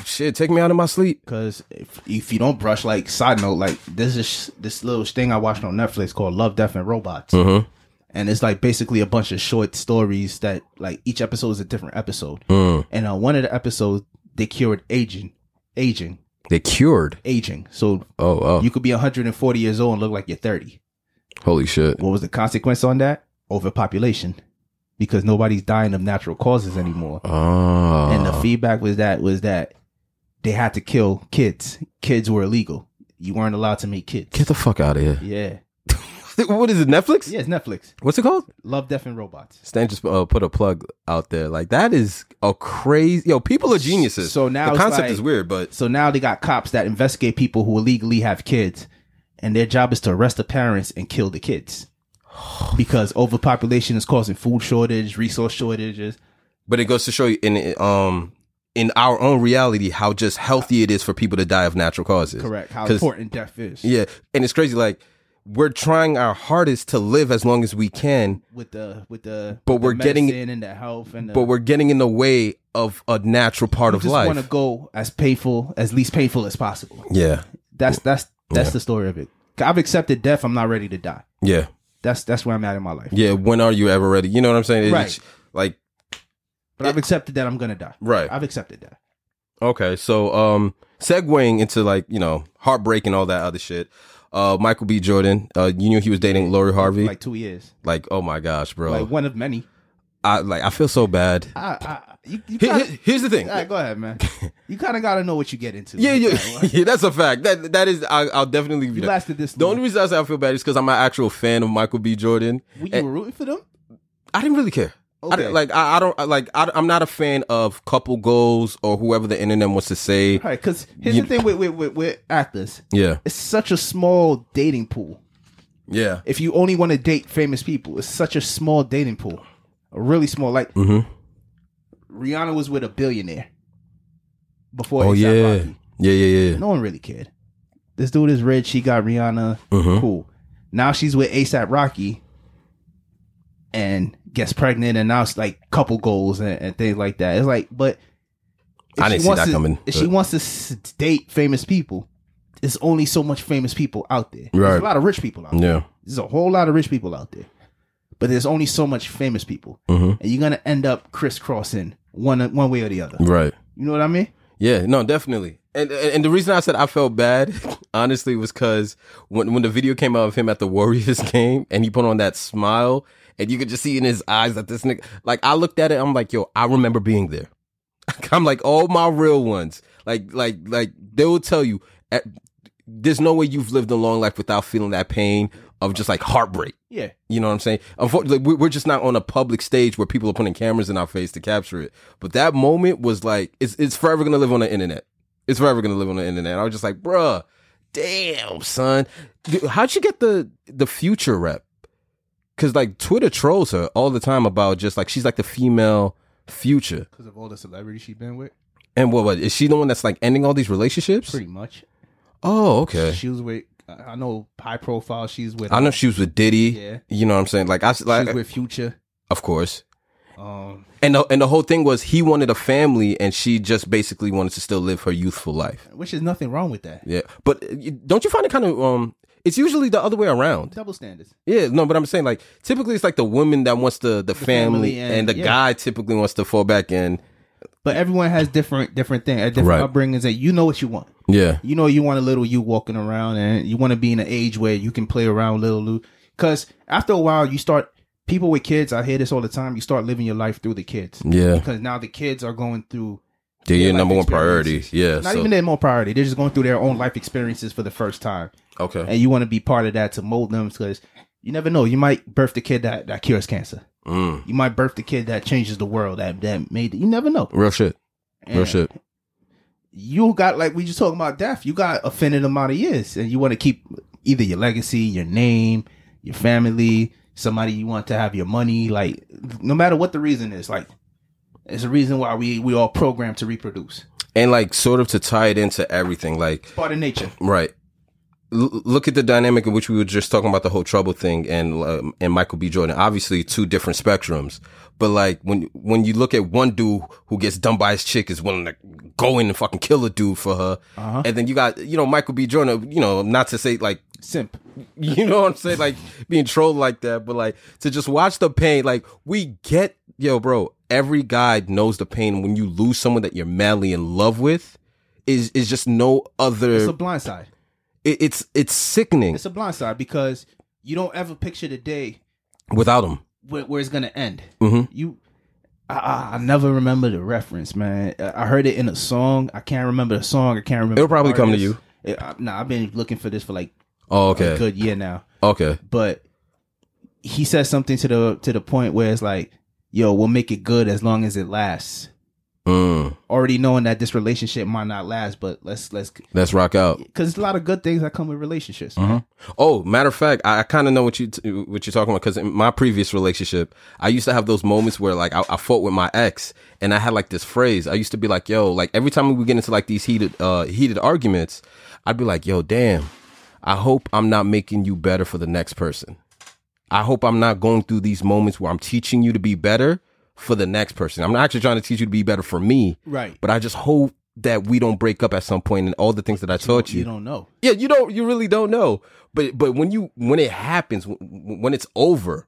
Speaker 1: shit, take me out of my sleep.
Speaker 2: Because if, if you don't brush, like side note, like this is this little thing I watched on Netflix called Love, Death, and Robots,
Speaker 1: Mhm.
Speaker 2: and it's like basically a bunch of short stories that like each episode is a different episode, and on one of the episodes they cured aging, aging,
Speaker 1: They cured.
Speaker 2: aging. So
Speaker 1: Oh, oh,
Speaker 2: you could be 140 years old and look like you're 30.
Speaker 1: holy shit.
Speaker 2: What was the consequence on that? Overpopulation, because nobody's dying of natural causes anymore.
Speaker 1: Oh,
Speaker 2: And the feedback was that was that they had to kill kids. Kids were illegal. You weren't allowed to make kids.
Speaker 1: get the fuck out of here.
Speaker 2: Yeah,
Speaker 1: What is it? Netflix?
Speaker 2: yeah. It's Netflix.
Speaker 1: What's it called?
Speaker 2: Love, Death, and Robots.
Speaker 1: Stan just uh, put a plug out there. Like that is a crazy. Yo, people are geniuses.
Speaker 2: So now
Speaker 1: the
Speaker 2: it's
Speaker 1: concept
Speaker 2: like-
Speaker 1: is weird, but
Speaker 2: So now they got cops that investigate people who illegally have kids, and their job is to arrest the parents and kill the kids. Because overpopulation is causing food shortage, resource shortages.
Speaker 1: but it goes to show you in um in our own reality how just healthy it is for people to die of natural causes.
Speaker 2: Correct. How
Speaker 1: 'Cause-
Speaker 2: important death is.
Speaker 1: Yeah, and it's crazy. Like we're trying our hardest to live as long as we can,
Speaker 2: with the with the
Speaker 1: But
Speaker 2: with
Speaker 1: we're
Speaker 2: the
Speaker 1: getting-
Speaker 2: medicine and the health and the,
Speaker 1: but we're getting in the way of a natural part
Speaker 2: you
Speaker 1: of
Speaker 2: just
Speaker 1: life.
Speaker 2: want to go as painful as least painful as possible.
Speaker 1: yeah,
Speaker 2: That's that's that's the story of it. I've accepted death. I'm not ready to die.
Speaker 1: yeah,
Speaker 2: That's that's where I'm at in my life.
Speaker 1: yeah. When are you ever ready? You know what I'm saying? It's-
Speaker 2: Right.
Speaker 1: Like
Speaker 2: But I've accepted that I'm gonna die.
Speaker 1: right.
Speaker 2: I've accepted that.
Speaker 1: Okay, so um segueing into like, you know, heartbreak and all that other shit. Uh Michael B. Jordan, uh you knew he was dating Lori Harvey. Like,
Speaker 2: Like two years.
Speaker 1: oh my gosh, bro.
Speaker 2: Like one of many.
Speaker 1: I like I feel so bad.
Speaker 2: I, I you, you
Speaker 1: Here-
Speaker 2: kinda,
Speaker 1: here- here's the thing.
Speaker 2: all right, go ahead, man. You kind of gotta know what you get into.
Speaker 1: yeah, yeah, yeah, that's a fact. That that is I will definitely give you
Speaker 2: You
Speaker 1: that.
Speaker 2: lasted this
Speaker 1: the
Speaker 2: long.
Speaker 1: only reason I say I feel bad is because I'm an actual fan of Michael B. Jordan.
Speaker 2: Were you rooting for them?
Speaker 1: I didn't really care. Eh, I
Speaker 2: Okay.
Speaker 1: didn't- like I, I don't I- like I, I'm not a fan of couple goals or whoever the internet wants to say.
Speaker 2: All right, because here's
Speaker 1: You-
Speaker 2: the thing with with, with with actors.
Speaker 1: Yeah,
Speaker 2: It's such a small dating pool.
Speaker 1: yeah,
Speaker 2: if you only want to date famous people, it's such a small dating pool, a really small. Like
Speaker 1: Mm-hmm.
Speaker 2: Rihanna was with a billionaire before.
Speaker 1: oh
Speaker 2: ASAP
Speaker 1: yeah,
Speaker 2: Rocky.
Speaker 1: yeah, yeah, yeah.
Speaker 2: no one really cared. This dude is rich. He got
Speaker 1: Mm-hmm.
Speaker 2: Rihanna. Cool. Now she's with ASAP Rocky, and gets pregnant and now it's like couple goals and, and things like that. It's like, but if
Speaker 1: I
Speaker 2: she
Speaker 1: didn't see
Speaker 2: wants
Speaker 1: that
Speaker 2: to-
Speaker 1: coming,
Speaker 2: If she
Speaker 1: but-
Speaker 2: wants to s- date famous people, there's only so much famous people out there. There's
Speaker 1: Right.
Speaker 2: a lot of rich people out there.
Speaker 1: Yeah.
Speaker 2: There's a whole lot of rich people out there, but there's only so much famous people,
Speaker 1: Mhm.
Speaker 2: and you're gonna end up crisscrossing one one way or the other.
Speaker 1: Right.
Speaker 2: You know what I mean?
Speaker 1: Yeah, no, definitely. And, and and the reason I said I felt bad, honestly, was because when when the video came out of him at the Warriors game and he put on that smile and you could just see in his eyes that this nigga, like I looked at it, I'm like, yo, I remember being there. I'm like, all my real ones, like like like they will tell you, at, there's no way you've lived a long life without feeling that pain of just like heartbreak.
Speaker 2: Yeah.
Speaker 1: You know what I'm saying? Unfortunately, we- we're just not on a public stage where people are putting cameras in our face to capture it. But that moment was like, it's it's forever gonna live on the internet. It's forever gonna live on the internet. I was just like, bruh, damn, son, Dude, how'd you get the the future rep? Because like Twitter trolls her all the time about just like she's like the female future.
Speaker 2: Because of all the celebrities she's been with,
Speaker 1: And what, what is she the one that's like ending all these relationships?
Speaker 2: pretty much.
Speaker 1: Oh, okay.
Speaker 2: She was with, I I know, high profile. She's with,
Speaker 1: I know she was with Diddy.
Speaker 2: Yeah.
Speaker 1: You know what I'm saying? Like I s-
Speaker 2: she's
Speaker 1: like
Speaker 2: with Future.
Speaker 1: of course.
Speaker 2: Um,
Speaker 1: And the, and the whole thing was he wanted a family, and she just basically wanted to still live her youthful life.
Speaker 2: which is nothing wrong with that.
Speaker 1: Yeah, but uh, you- don't you find it kind of um? It's usually the other way around.
Speaker 2: Double standards.
Speaker 1: Yeah, no, but I'm saying like typically it's like the woman that wants the the, family,
Speaker 2: family
Speaker 1: and,
Speaker 2: and-
Speaker 1: the
Speaker 2: yeah.
Speaker 1: guy typically wants to fall back in.
Speaker 2: But everyone has different different thing, uh, different
Speaker 1: Right.
Speaker 2: upbringings, and you know what you want.
Speaker 1: Yeah,
Speaker 2: You know you want a little you walking around, and you want to be in an age where you can play around with little Lou. Because after a while, you start people with kids. I hear this all the time. You start living your life through the kids
Speaker 1: yeah,
Speaker 2: because now the kids are going through
Speaker 1: they're your
Speaker 2: life
Speaker 1: number one priority.
Speaker 2: experiences.
Speaker 1: Yeah,
Speaker 2: not
Speaker 1: so-
Speaker 2: even their more priority. They're just going through their own life experiences for the first time,
Speaker 1: okay.
Speaker 2: and you want to be part of that to mold them because you never know. You might birth the kid that that cures cancer.
Speaker 1: Mm.
Speaker 2: You might birth the kid that changes the world. That that made it. You never know.
Speaker 1: Real shit. Real
Speaker 2: And-
Speaker 1: shit.
Speaker 2: you got like we just talking about death. You got a finite amount of years, and you want to keep either your legacy, your name, your family, somebody you want to have your money. Like no matter what the reason is, like it's a reason why we we all programmed to reproduce.
Speaker 1: And like sort of to tie it into everything, like
Speaker 2: Part of nature.
Speaker 1: Right. L- look at the dynamic in which we were just talking about the whole trouble thing and um, and Michael B. Jordan. Obviously, two different spectrums. But like when when you look at one dude who gets done by his chick is willing to go in and fucking kill a dude for her,
Speaker 2: Uh-huh.
Speaker 1: and then you got you know Michael B. Jordan. You know, not to say like
Speaker 2: Simp.
Speaker 1: you know what I'm saying? Like being trolled like that, but like to just watch the pain. Like we get, yo, bro. Every guy knows the pain when you lose someone that you're madly in love with. Is is just no other.
Speaker 2: It's a blind side.
Speaker 1: It, it's it's sickening
Speaker 2: It's a blind side because you don't ever picture the day
Speaker 1: without him.
Speaker 2: where, where it's gonna end.
Speaker 1: Mhm.
Speaker 2: You, I- I, I never remember the reference, man. I I heard it in a song. I can't remember the song. I can't remember.
Speaker 1: It'll
Speaker 2: the
Speaker 1: probably come to
Speaker 2: artist. It- I- nah, I've been looking for this for like
Speaker 1: Oh,
Speaker 2: a
Speaker 1: okay,
Speaker 2: good year now.
Speaker 1: okay,
Speaker 2: But he says something to the to the point where it's like, "Yo, we'll make it good as long as it lasts."
Speaker 1: mm,
Speaker 2: Already knowing that this relationship might not last, but let's let's
Speaker 1: let's rock out.
Speaker 2: because there's a lot of good things that come with relationships.
Speaker 1: Oh, matter of fact, I, I kind of know what you t- what you're talking about because in my previous relationship, I used to have those moments where like I, I fought with my ex, and I had like this phrase. I used to be like, "Yo," like every time we would get into like these heated uh heated arguments, I'd be like, "Yo, damn, I hope I'm not making you better for the next person. I hope I'm not going through these moments where I'm teaching you to be better for the next person. I'm not actually trying to teach you to be better for me,
Speaker 2: Right.
Speaker 1: but I just hope." That we don't break up at some point, and all the things that I taught you.
Speaker 2: You don't know.
Speaker 1: Yeah, you don't. You really don't know. But but when you when it happens, w- w- when it's over,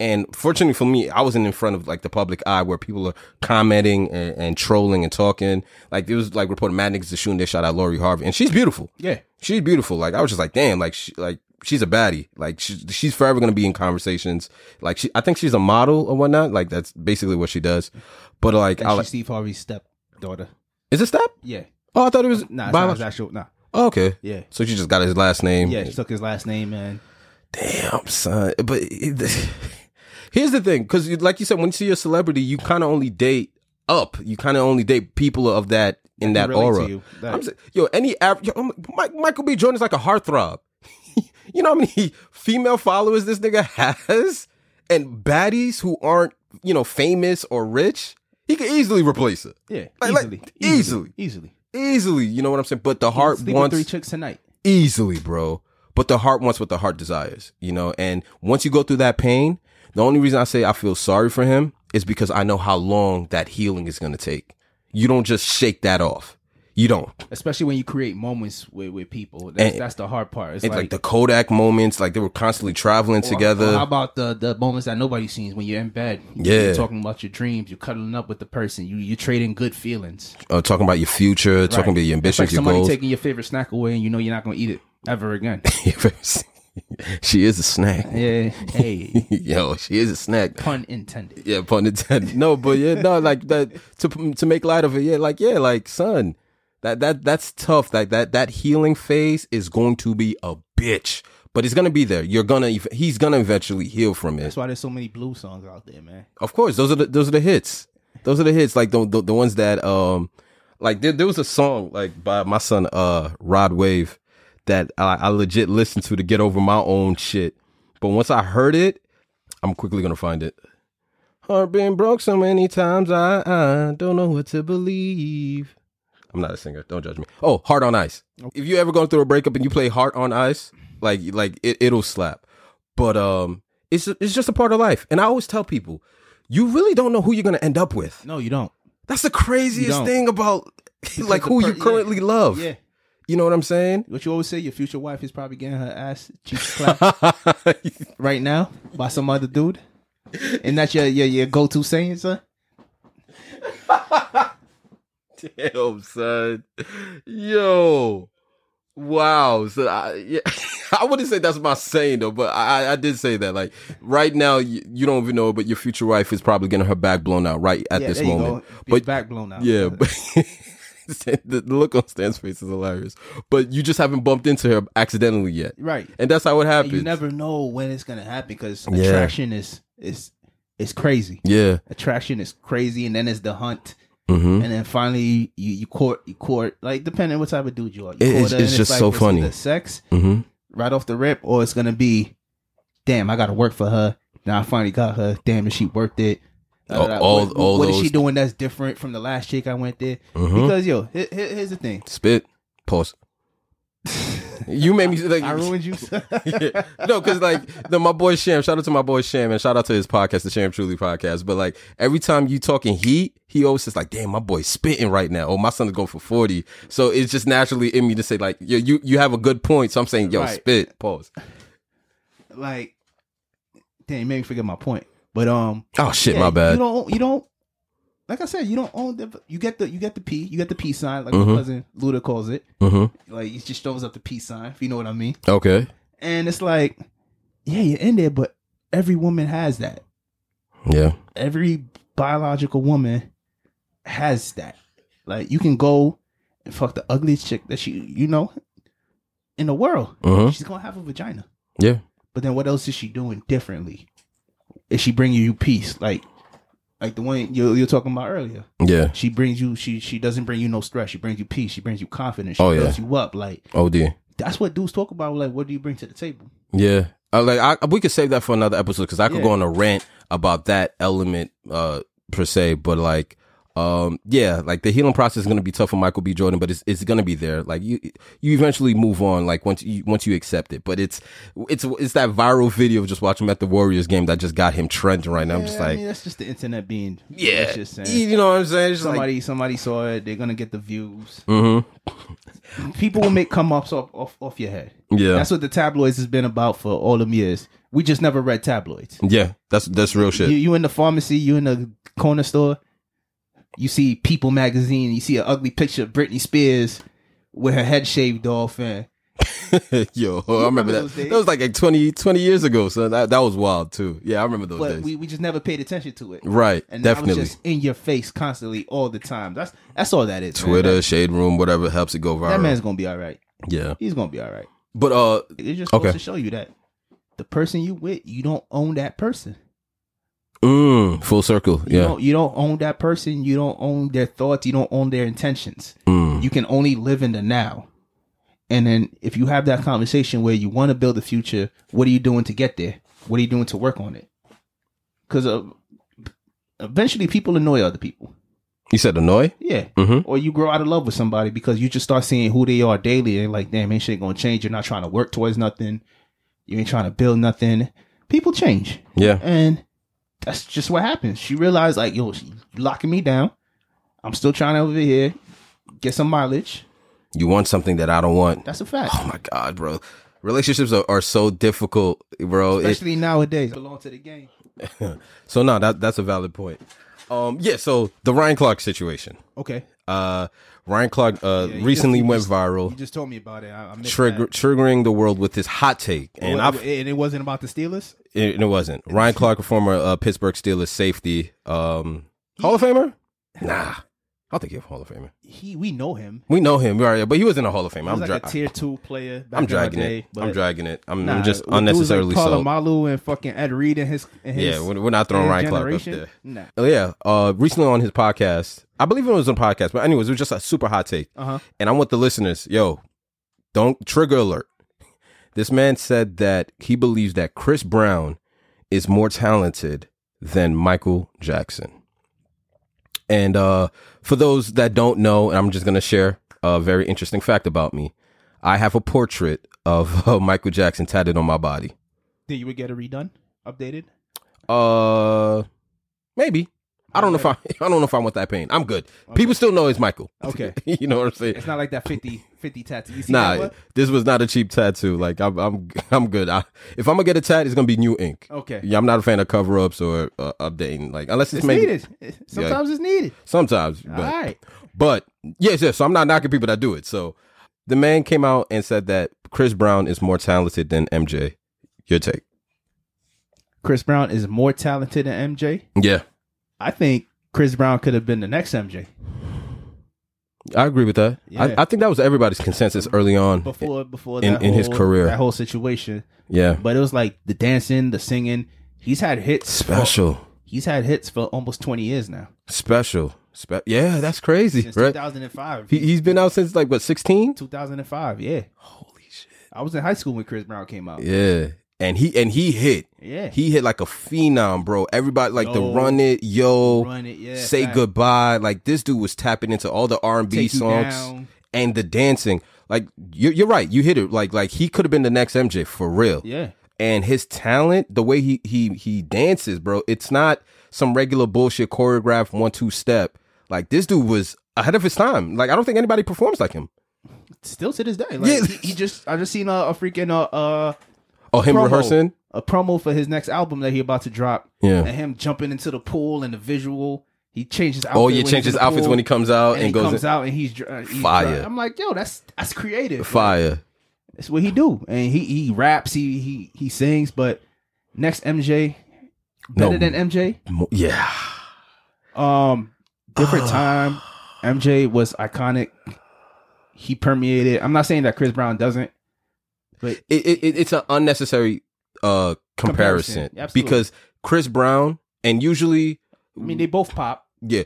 Speaker 1: and fortunately for me, I wasn't in front of like the public eye where people are commenting and, and trolling and talking. Like there was like reporting mad niggas are shooting their shot at Lori Harvey, and she's beautiful.
Speaker 2: Yeah.
Speaker 1: She's beautiful. Like I was just like, damn, like she, like she's a baddie. Like she, she's forever gonna be in conversations. Like she, I think she's a model or whatnot. Like that's basically what she does. But like, I
Speaker 2: Actually,
Speaker 1: like,
Speaker 2: Steve Harvey's stepdaughter.
Speaker 1: is it step?
Speaker 2: Yeah.
Speaker 1: Oh, I thought it was
Speaker 2: Nah, it's not
Speaker 1: biological.
Speaker 2: his actual. Nah.
Speaker 1: Oh, okay.
Speaker 2: Yeah.
Speaker 1: So she just got his last name.
Speaker 2: Yeah, she took his last name and
Speaker 1: Damn, son. But it- here's the thing, because like you said, once you're a celebrity, you kind of only date up. You kind of only date people of that in that
Speaker 2: relate to
Speaker 1: aura.
Speaker 2: you. That-
Speaker 1: I'm sa- yo, any average, yo, I'm- Mike, Michael B. Jordan is like a heartthrob. you know how many female followers this nigga has, and baddies who aren't you know famous or rich. He could easily replace her,
Speaker 2: yeah,
Speaker 1: Like- like,
Speaker 2: easily,
Speaker 1: easily.
Speaker 2: easily, easily.
Speaker 1: easily. You know what I'm saying? But the heart
Speaker 2: Sleep with
Speaker 1: wants
Speaker 2: three chicks tonight.
Speaker 1: easily, bro. But the heart wants what the heart desires, you know. And once you go through that pain, The only reason I say I feel sorry for him is because I know how long that healing is going to take. You don't just shake that off. You don't.
Speaker 2: especially when you create moments with, with people. That's,
Speaker 1: And-
Speaker 2: that's the hard part. It's
Speaker 1: It's
Speaker 2: like,
Speaker 1: like, the Kodak moments, like they were constantly traveling
Speaker 2: well,
Speaker 1: together.
Speaker 2: How about the the moments that nobody sees when you're in bed?
Speaker 1: Yeah.
Speaker 2: you're talking about your dreams. You're cuddling up with the person. You you're trading good feelings.
Speaker 1: uh, talking about your future, talking about your
Speaker 2: It's like
Speaker 1: ambitions, your
Speaker 2: somebody
Speaker 1: goals.
Speaker 2: taking your favorite snack away, and you know you're not gonna eat it ever again.
Speaker 1: she is a snack.
Speaker 2: yeah, hey,
Speaker 1: Yo, she is a snack.
Speaker 2: pun intended.
Speaker 1: Yeah, pun intended. No, but yeah, no, like that to to make light of it. Yeah, like yeah, like son, that that that's tough. Like that that healing phase is going to be a bitch, but it's gonna be there. You're gonna ev- he's gonna eventually heal from it.
Speaker 2: That's why there's so many blue songs out there, man.
Speaker 1: Of course, those are the those are the hits. Those are the hits. Like the the, the ones that um like there, there was a song like by my son uh Rod Wave that I, I legit listened to to get over my own shit. But once I heard it, I'm quickly gonna find it. Heart been broke so many times, I, I don't know what to believe. I'm not a singer. Don't judge me. Oh, Heart on Ice. If you ever go through a breakup and you play Heart on Ice, like like it, it'll slap. But um, it's it's just a part of life. And I always tell people, you really don't know who you're gonna end up with.
Speaker 2: No, you don't.
Speaker 1: That's the craziest
Speaker 2: don't.
Speaker 1: thing about like
Speaker 2: the
Speaker 1: who
Speaker 2: per-
Speaker 1: you currently
Speaker 2: yeah.
Speaker 1: love.
Speaker 2: Yeah,
Speaker 1: You know what I'm saying?
Speaker 2: what you always say, your future wife is probably getting her ass cheeks clapped right now by some other dude, and that's your your, your go to saying, son.
Speaker 1: Damn, son. Yo. Wow. So I, yeah, I wouldn't say that's my saying though, but I, I did say that. Like right now, you, you don't even know, but your future wife is probably getting her back blown out right at
Speaker 2: Yeah,
Speaker 1: this
Speaker 2: there you
Speaker 1: moment.
Speaker 2: go.
Speaker 1: But-
Speaker 2: But back blown out.
Speaker 1: Yeah, but the the look on Stan's face is hilarious. But you just haven't bumped into her accidentally yet,
Speaker 2: right.
Speaker 1: and that's how it
Speaker 2: And
Speaker 1: happens.
Speaker 2: you never know when it's gonna happen because
Speaker 1: Yeah.
Speaker 2: attraction is is is crazy.
Speaker 1: yeah.
Speaker 2: Attraction is crazy, and then it's the hunt,
Speaker 1: Mm-hmm.
Speaker 2: and then finally you you court you court like depending what type of dude you are. You
Speaker 1: It-
Speaker 2: court
Speaker 1: it's-
Speaker 2: her, and
Speaker 1: it's just so
Speaker 2: it's
Speaker 1: funny.
Speaker 2: either sex
Speaker 1: Mm-hmm.
Speaker 2: right off the rip, or it's gonna be, damn, I gotta work for her. Now I finally got her. Damn, is she worth it?
Speaker 1: All-
Speaker 2: Uh,
Speaker 1: all-
Speaker 2: what,
Speaker 1: all
Speaker 2: what is she
Speaker 1: those-
Speaker 2: doing that's different from the last chick I went there?
Speaker 1: Mm-hmm.
Speaker 2: Because yo, here, here- here's the thing.
Speaker 1: Spit. Pause. you made me like
Speaker 2: I ruined you.
Speaker 1: yeah. No, because like no, my boy Sham. Shout out to my boy Sham and shout out to his podcast, the Sham Truly Podcast. But like every time you talking heat, he always is like, "Damn, my boy's spitting right now." Oh, my son is going for forty. So it's just naturally in me to say like, "Yo, you you have a good point." So I'm saying, "Yo,
Speaker 2: Right.
Speaker 1: spit." Pause.
Speaker 2: like damn, you made me forget my point. But um
Speaker 1: Oh shit,
Speaker 2: yeah,
Speaker 1: my
Speaker 2: You
Speaker 1: bad.
Speaker 2: don't you don't like I said, you don't own the you get the you get the P, you get the P sign, like my
Speaker 1: Mhm.
Speaker 2: cousin Luda calls it.
Speaker 1: Mm-hmm.
Speaker 2: Like he just throws up the peace sign, if you know what I mean.
Speaker 1: Okay.
Speaker 2: And it's like, yeah, you're in there, but every woman has that.
Speaker 1: Yeah.
Speaker 2: Every biological woman has that. Like you can go and fuck the ugliest chick that she you know in the world.
Speaker 1: Mm-hmm.
Speaker 2: She's gonna have a vagina.
Speaker 1: Yeah.
Speaker 2: But then what else is she doing differently? Is she bringing you peace? Like like the one you you're talking about earlier.
Speaker 1: Yeah.
Speaker 2: She brings you she she doesn't bring you no stress. She brings you peace. She brings you confidence. She
Speaker 1: Oh, yeah.
Speaker 2: builds you up. Like
Speaker 1: Oh dear.
Speaker 2: that's what dudes talk about. Like what do you bring to the table?
Speaker 1: Yeah. I, like I, we could save that for another episode because I could
Speaker 2: Yeah.
Speaker 1: go on a rant about that element uh, per se, but like, um, yeah, like the healing process is gonna be tough for Michael B. Jordan, but it's it's gonna be there. Like you, you eventually move on. Like once you once you accept it, but it's it's it's that viral video of just watching him at the Warriors game that just got him trending right now. I'm just
Speaker 2: Yeah, I
Speaker 1: like,
Speaker 2: mean, that's just the internet being
Speaker 1: yeah,
Speaker 2: it's just saying.
Speaker 1: you know what I'm saying? It's just
Speaker 2: Somebody somebody saw it, they're gonna get the views.
Speaker 1: like, mm-hmm,
Speaker 2: People will make come ups off, off off your head.
Speaker 1: mm-hmm. yeah,
Speaker 2: That's what the tabloids has been about for all them years. We just never read tabloids.
Speaker 1: yeah, that's that's real shit.
Speaker 2: You, you in the pharmacy, you in the corner store, you see People magazine, you see an ugly picture of Britney Spears with her head shaved off and
Speaker 1: Yo, I remember
Speaker 2: remember
Speaker 1: that.
Speaker 2: those days?
Speaker 1: That was like, like 20, 20 years ago, so that, that was wild too. Yeah, I remember those
Speaker 2: but
Speaker 1: days.
Speaker 2: we, we just never paid attention to it.
Speaker 1: right,
Speaker 2: And that was
Speaker 1: definitely.
Speaker 2: just in your face constantly all the time. That's that's all that is. man.
Speaker 1: Twitter,
Speaker 2: That,
Speaker 1: shade room, whatever helps it go viral.
Speaker 2: that man's gonna be all right.
Speaker 1: yeah,
Speaker 2: He's gonna be all right.
Speaker 1: but uh,
Speaker 2: It's just supposed
Speaker 1: Okay.
Speaker 2: to show you that the person you with, you don't own that person.
Speaker 1: mm, full circle.
Speaker 2: You
Speaker 1: yeah,
Speaker 2: don't you don't own that person, you don't own their thoughts, you don't own their intentions.
Speaker 1: mm,
Speaker 2: you can only live in the now. And then if you have that conversation where you want to build a future, what are you doing to get there? What are you doing to work on it? Because uh, eventually people annoy other people.
Speaker 1: you said annoy.
Speaker 2: Yeah.
Speaker 1: Mhm.
Speaker 2: Or you grow out of love with somebody because you just start seeing who they are daily and like, damn, ain't shit gonna change. You're not trying to work towards nothing. You ain't trying to build nothing. people change.
Speaker 1: Yeah.
Speaker 2: And that's just what happens. She realized, like, yo, she locking me down. I'm still trying to over here get some mileage.
Speaker 1: You want something that I don't want.
Speaker 2: That's a fact.
Speaker 1: Oh my God, bro. Relationships are, are so difficult, bro. It-
Speaker 2: Especially nowadays. Belong to the game.
Speaker 1: so no, that that's a valid point. Um, yeah. So the Ryan Clark situation.
Speaker 2: Okay.
Speaker 1: Uh, Ryan Clark uh,
Speaker 2: you
Speaker 1: recently
Speaker 2: just-
Speaker 1: went
Speaker 2: You
Speaker 1: viral,
Speaker 2: just told me about it. I, I missed
Speaker 1: Oh. trigger,
Speaker 2: that.
Speaker 1: triggering the world with his hot take, and
Speaker 2: And,
Speaker 1: I've
Speaker 2: and it wasn't about the Steelers?
Speaker 1: It, it wasn't. Ryan Clark, a former uh, Pittsburgh Steelers safety, um, Hall of Famer. Nah, I don't think he's a Hall of Famer.
Speaker 2: He we know him.
Speaker 1: We know him, right? But he was in the Hall of Fame.
Speaker 2: He was
Speaker 1: I'm,
Speaker 2: like
Speaker 1: dra-
Speaker 2: a tier two player back
Speaker 1: I'm
Speaker 2: in our
Speaker 1: dragging
Speaker 2: day,
Speaker 1: it. I'm
Speaker 2: but-
Speaker 1: dragging it. I'm,
Speaker 2: Nah,
Speaker 1: I'm just
Speaker 2: with dudes
Speaker 1: unnecessarily
Speaker 2: like
Speaker 1: so.
Speaker 2: Malu and fucking Ed Reed and his, and his
Speaker 1: Yeah, we're, we're not throwing Ryan Clark up
Speaker 2: generation?
Speaker 1: there.
Speaker 2: Nah.
Speaker 1: Oh, yeah, uh, recently on his podcast, I believe it was on podcast, but anyways, it was just a super hot take.
Speaker 2: Uh-huh.
Speaker 1: And I want the listeners, yo, don't trigger alert. This man said that he believes that Chris Brown is more talented than Michael Jackson. And uh, for those that don't know, and I'm just going to share a very interesting fact about me. I have a portrait of uh, Michael Jackson tatted on my body.
Speaker 2: Then you would get it redone, updated.
Speaker 1: Uh, maybe. I don't know if I. I don't know if I want that pain. I'm good. People still know it's Michael.
Speaker 2: Okay.
Speaker 1: you know what I'm saying?
Speaker 2: It's not like that 50, 50 tattoo. You see that
Speaker 1: Nah,
Speaker 2: one?
Speaker 1: this was not a cheap tattoo. Like I'm, I'm, I'm good. I, if I'm gonna get a tat, it's gonna be new ink.
Speaker 2: Okay.
Speaker 1: Yeah, I'm not a fan of cover ups or uh, updating. Like unless it's,
Speaker 2: It's
Speaker 1: maybe
Speaker 2: needed. Sometimes it's needed.
Speaker 1: sometimes.
Speaker 2: All
Speaker 1: But,
Speaker 2: right.
Speaker 1: but yes, yes. So I'm not knocking people that do it. So the man came out and said that Chris Brown is more talented than MJ. Your take?
Speaker 2: Chris Brown is more talented than MJ.
Speaker 1: Yeah,
Speaker 2: I think Chris Brown could have been the next MJ
Speaker 1: I agree with that.
Speaker 2: Yeah.
Speaker 1: I, I think that was everybody's consensus early on.
Speaker 2: before before
Speaker 1: In-
Speaker 2: that
Speaker 1: in his
Speaker 2: whole-
Speaker 1: career.
Speaker 2: that whole situation.
Speaker 1: yeah,
Speaker 2: But it was like the dancing, the singing. He's had hits. For,
Speaker 1: special.
Speaker 2: he's had hits for almost twenty years now.
Speaker 1: special. Spe- yeah, that's crazy,
Speaker 2: Since
Speaker 1: right?
Speaker 2: two thousand and five.
Speaker 1: He, he's been out since like what, 16?
Speaker 2: Two thousand and five. Yeah.
Speaker 1: Holy shit.
Speaker 2: I was in high school when Chris Brown came out.
Speaker 1: Yeah. And he and he hit.
Speaker 2: Yeah.
Speaker 1: He hit like a phenom, bro. Everybody like the
Speaker 2: Yo.
Speaker 1: run it, yo,
Speaker 2: Run it. Yeah.
Speaker 1: say
Speaker 2: fact.
Speaker 1: goodbye. Like this dude was tapping into all the R and B
Speaker 2: Take you
Speaker 1: songs
Speaker 2: down.
Speaker 1: and the dancing. Like you're, you're right, you hit it. Like like he could have been the next MJ for real.
Speaker 2: Yeah.
Speaker 1: and his talent, the way he he he dances, bro, it's not some regular bullshit choreographed one two step. Like this dude was ahead of his time. Like I don't think anybody performs like him.
Speaker 2: Still to this day. Like,
Speaker 1: Yeah.
Speaker 2: He, he just. I just seen a, a freaking uh, uh
Speaker 1: Oh, him
Speaker 2: promo.
Speaker 1: rehearsing.
Speaker 2: a promo for his next album that he about to drop.
Speaker 1: Yeah.
Speaker 2: And him jumping into the pool and the visual. He changes outfit.
Speaker 1: Oh,
Speaker 2: when
Speaker 1: yeah,
Speaker 2: he's in
Speaker 1: changes
Speaker 2: the
Speaker 1: outfits
Speaker 2: pool,
Speaker 1: when he comes out
Speaker 2: and,
Speaker 1: and,
Speaker 2: he
Speaker 1: goes
Speaker 2: comes
Speaker 1: in-
Speaker 2: out and he's, dr- uh, he's
Speaker 1: Fire.
Speaker 2: dry. I'm like, yo, that's that's creative.
Speaker 1: fire.
Speaker 2: That's what he do. And he he raps, he he he sings, but next MJ
Speaker 1: No.
Speaker 2: better than MJ.
Speaker 1: Mo- Yeah,
Speaker 2: Um different time. MJ was iconic. He permeated. I'm not saying that Chris Brown doesn't. But
Speaker 1: it, it, it- it's an unnecessary uh comparison,
Speaker 2: Comparison, absolutely.
Speaker 1: because Chris Brown and usually
Speaker 2: I mean they both pop.
Speaker 1: Yeah.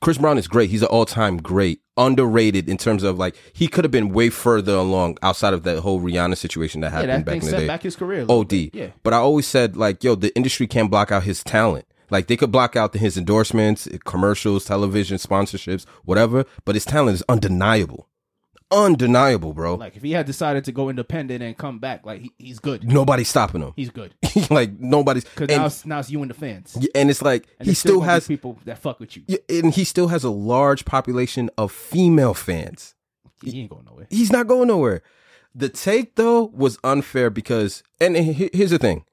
Speaker 1: Chris Brown is great. He's an all time great, underrated in terms of like he could have been way further along outside of that whole Rihanna situation that
Speaker 2: Yeah,
Speaker 1: happened
Speaker 2: that
Speaker 1: back
Speaker 2: thing
Speaker 1: in the
Speaker 2: set
Speaker 1: day.
Speaker 2: back his career. a little
Speaker 1: OD.
Speaker 2: bit. Yeah.
Speaker 1: But I always said like, yo, the industry can't block out his talent. Like they could block out his endorsements, commercials, television sponsorships, whatever. But his talent is undeniable, undeniable, bro.
Speaker 2: Like if he had decided to go independent and come back, like he, he's good.
Speaker 1: nobody's stopping him.
Speaker 2: He's good.
Speaker 1: like nobody's.
Speaker 2: Because now,
Speaker 1: And,
Speaker 2: it's, now it's you and the fans.
Speaker 1: and it's like
Speaker 2: And
Speaker 1: he
Speaker 2: there's
Speaker 1: still
Speaker 2: gonna be
Speaker 1: has
Speaker 2: people that fuck with you.
Speaker 1: yeah, and he still has a large population of female fans.
Speaker 2: He ain't going nowhere.
Speaker 1: He's not going nowhere. The take though was unfair because, and he- here's the thing: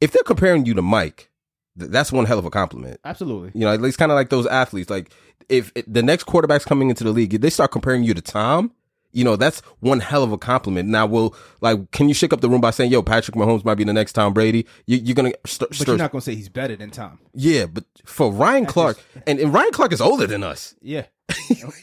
Speaker 1: if they're comparing you to Mike, th- that's one hell of a compliment.
Speaker 2: Absolutely.
Speaker 1: You know, it's kind of like those athletes. Like if it- the next quarterback's coming into the league, if they start comparing you to Tom, you know that's one hell of a compliment. Now, will like, can you shake up the room by saying, "Yo, Patrick Mahomes might be the next Tom Brady"? You, you're gonna start.
Speaker 2: But you're not gonna say he's better than Tom.
Speaker 1: yeah, but for Ryan Clark, and, and Ryan Clark is older than us.
Speaker 2: Yeah.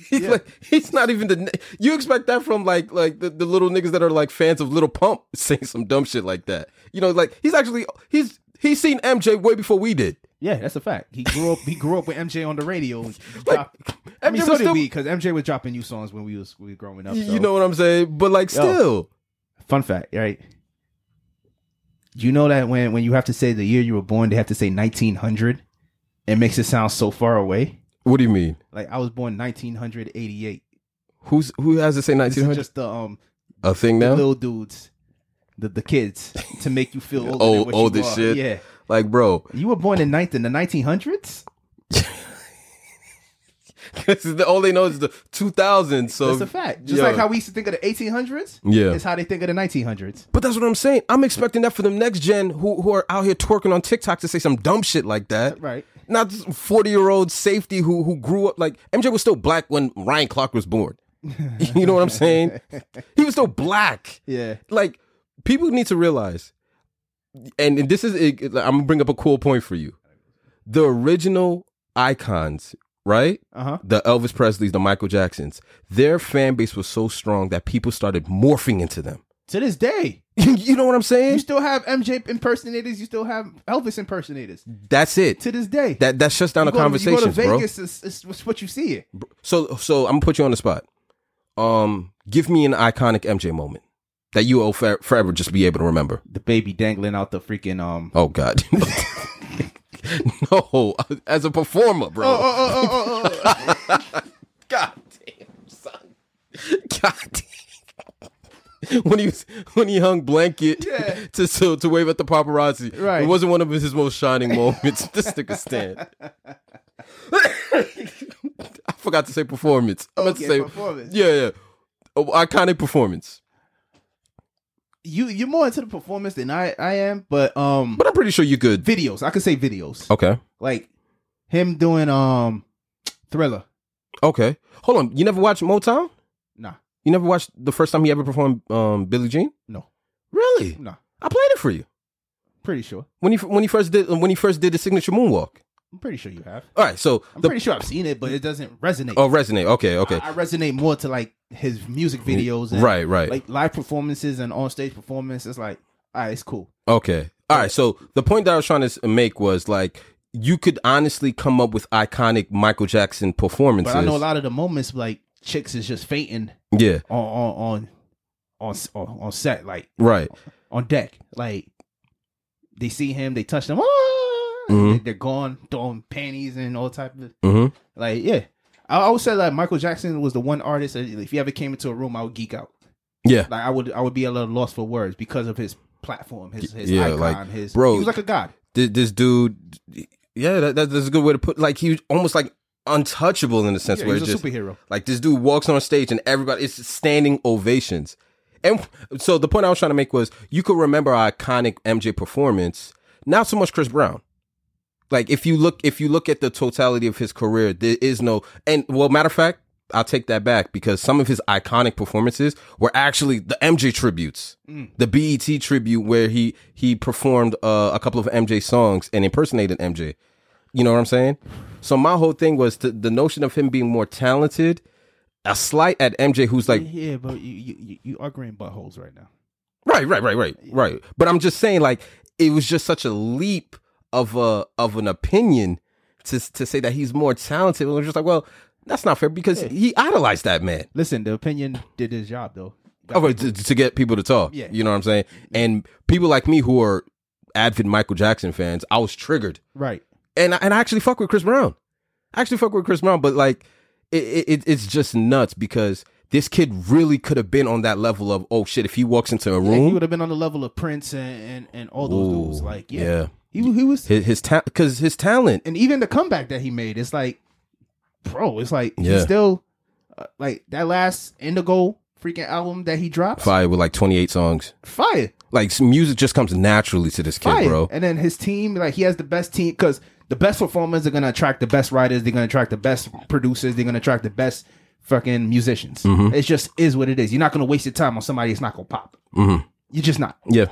Speaker 1: He's like he's not even the. ni- You expect that from like like the, the little niggas that are like fans of Little Pump saying some dumb shit like that. You know, like he's actually he's he's seen MJ way before we did.
Speaker 2: Yeah, that's a fact. He grew up. He grew up with MJ on the radio. He dropped- I mean,
Speaker 1: MJ
Speaker 2: so
Speaker 1: was
Speaker 2: did
Speaker 1: still-
Speaker 2: we, because MJ was dropping new songs when we was we were growing up.
Speaker 1: Y-
Speaker 2: so.
Speaker 1: You know what I'm saying? But like still,
Speaker 2: fun fact, right? You know that when when you have to say the year you were born, they have to say 1900. It makes it sound so far away.
Speaker 1: what do you mean?
Speaker 2: Like I was born 1988.
Speaker 1: Who's who has to say
Speaker 2: This is
Speaker 1: 1900?
Speaker 2: just the um
Speaker 1: A thing
Speaker 2: the
Speaker 1: now?
Speaker 2: little dudes. the, the kids to make you feel older.
Speaker 1: Oh,
Speaker 2: than what
Speaker 1: old
Speaker 2: you
Speaker 1: as
Speaker 2: are.
Speaker 1: shit.
Speaker 2: Yeah,
Speaker 1: Like, bro,
Speaker 2: you were born in ninth in the 1900s.
Speaker 1: this is the, all they know is the 2000s. So
Speaker 2: That's a fact. Just
Speaker 1: Yo.
Speaker 2: like how we used to think of the 1800s.
Speaker 1: Oh, Yeah.
Speaker 2: it's how they think of the 1900s.
Speaker 1: But that's what I'm saying. I'm expecting that for them next gen who, who are out here twerking on TikTok to say some dumb shit like that.
Speaker 2: Right.
Speaker 1: Not 40 year old safety who who grew up like MJ was still black when Ryan Clark was born. you know what I'm saying? He was still black.
Speaker 2: Yeah.
Speaker 1: Like people need to realize, and and this is I'm gonna bring up a cool point for you. The original icons, right?
Speaker 2: Uh huh.
Speaker 1: the Elvis Presleys, the Michael Jacksons, their fan base was so strong that people started morphing into them.
Speaker 2: To this day,
Speaker 1: you know what I'm
Speaker 2: you
Speaker 1: saying?
Speaker 2: still have MJ impersonators. You still have Elvis impersonators.
Speaker 1: That's it.
Speaker 2: To this day,
Speaker 1: That that shuts down
Speaker 2: You
Speaker 1: the
Speaker 2: go to-
Speaker 1: conversation,
Speaker 2: You go to
Speaker 1: bro.
Speaker 2: Vegas, it's, it's, it's what you see. It.
Speaker 1: So so I'm gonna put you on the spot. Um, give me an iconic MJ moment that you will for- forever just be able to remember.
Speaker 2: The baby dangling out the freaking um.
Speaker 1: Oh God. no, as a performer, bro.
Speaker 2: Oh,
Speaker 1: God damn, son. God damn. When he was, when he hung blanket
Speaker 2: Yeah.
Speaker 1: to, to to wave at the paparazzi,
Speaker 2: Right.
Speaker 1: it wasn't one of his most shining moments. this nigga stand. I forgot to say performance. I meant to
Speaker 2: Okay,
Speaker 1: say
Speaker 2: performance.
Speaker 1: Yeah, yeah, Oh, iconic performance.
Speaker 2: You you're more into the performance than I I am, but um,
Speaker 1: But Oh. I'm pretty sure you could.
Speaker 2: videos. I could say videos.
Speaker 1: Okay,
Speaker 2: Like him doing um, Thriller.
Speaker 1: okay. Hold on. You never watched Motown?
Speaker 2: Nah,
Speaker 1: You never watched the first time he ever performed um, Billie Jean?
Speaker 2: no,
Speaker 1: Really?
Speaker 2: no.
Speaker 1: I played it for you
Speaker 2: Pretty sure.
Speaker 1: when he when he first did when he first did the signature moonwalk.
Speaker 2: I'm pretty sure you have.
Speaker 1: All right, so
Speaker 2: I'm
Speaker 1: the
Speaker 2: pretty sure I've seen it, but it doesn't resonate.
Speaker 1: oh resonate. Okay, okay,
Speaker 2: I resonate more to like his music videos, and,
Speaker 1: right, right.
Speaker 2: Like live performances and on stage performance. It's like, all right, it's cool.
Speaker 1: okay. All right, so the point that I was trying to s- make was like you could honestly come up with iconic Michael Jackson performances.
Speaker 2: But I know a lot of the moments like chicks is just fainting
Speaker 1: Yeah,
Speaker 2: on on on on on, on set, like
Speaker 1: right.
Speaker 2: on deck. Like they see him, they touch them, ah!
Speaker 1: Mhm.
Speaker 2: they, are gone, throwing panties and all type of
Speaker 1: hmm
Speaker 2: like yeah. I always said like Michael Jackson was the one artist. that If he ever came into a room, I would geek out.
Speaker 1: Yeah,
Speaker 2: Like I would, I would be a little lost for words because of his platform, his his
Speaker 1: Yeah,
Speaker 2: icon,
Speaker 1: like,
Speaker 2: his
Speaker 1: bro-
Speaker 2: He was like a god.
Speaker 1: this, this dude. Yeah, that, that, that's a good way to put. Like he was almost like untouchable in a sense
Speaker 2: Yeah, he
Speaker 1: where it
Speaker 2: was a
Speaker 1: just
Speaker 2: superhero.
Speaker 1: Like this dude walks on stage and everybody it's standing ovations. And so the point I was trying to make was you could remember our iconic MJ performance, not so much Chris Brown. Like if you look if you look at the totality of his career, there is no and well matter of fact, I'll take that back because some of his iconic performances were actually the MJ tributes. The BET tribute where he he performed uh, a couple of MJ songs and impersonated MJ. You know what I'm saying? So my whole thing was the, the notion of him being more talented, a slight at MJ, who's like,
Speaker 2: Yeah, but you you, you- you are green buttholes right now.
Speaker 1: right, right, right, right, right. But I'm just saying, like, it was just such a leap of a of an opinion to to say that he's more talented. And I'm just like, well, that's not fair because he idolized that man.
Speaker 2: Listen, the opinion did his job though.
Speaker 1: Oh, but to, to get people to talk.
Speaker 2: Yeah.
Speaker 1: you know what I'm saying. And people like me who are avid Michael Jackson fans, I was triggered.
Speaker 2: Right.
Speaker 1: and I- and I actually fuck with Chris Brown. I actually fuck with Chris Brown, but like it, it it- it's just nuts because this kid really could have been on that level of oh shit if he walks into a
Speaker 2: Yeah, he
Speaker 1: room
Speaker 2: would have been on the level of Prince and and, and all those
Speaker 1: Ooh,
Speaker 2: dudes. Like, yeah,
Speaker 1: yeah.
Speaker 2: he wa- he was,
Speaker 1: his his talent because his talent
Speaker 2: and even the comeback that he made, it's like, bro, it's like
Speaker 1: Yeah.
Speaker 2: he's still uh, like that last Indigo freaking album that he dropped,
Speaker 1: fire with like 28 songs
Speaker 2: fire,
Speaker 1: like s- music just comes naturally to this kid
Speaker 2: fire.
Speaker 1: bro
Speaker 2: And then his team, like he has the best team because the best performers are gonna attract the best writers, they're gonna attract the best producers, they're gonna attract the best fucking musicians.
Speaker 1: Mm-hmm.
Speaker 2: It just is what it is. You're not gonna waste your time on somebody that's not gonna pop.
Speaker 1: Mm-hmm.
Speaker 2: You're just not.
Speaker 1: yeah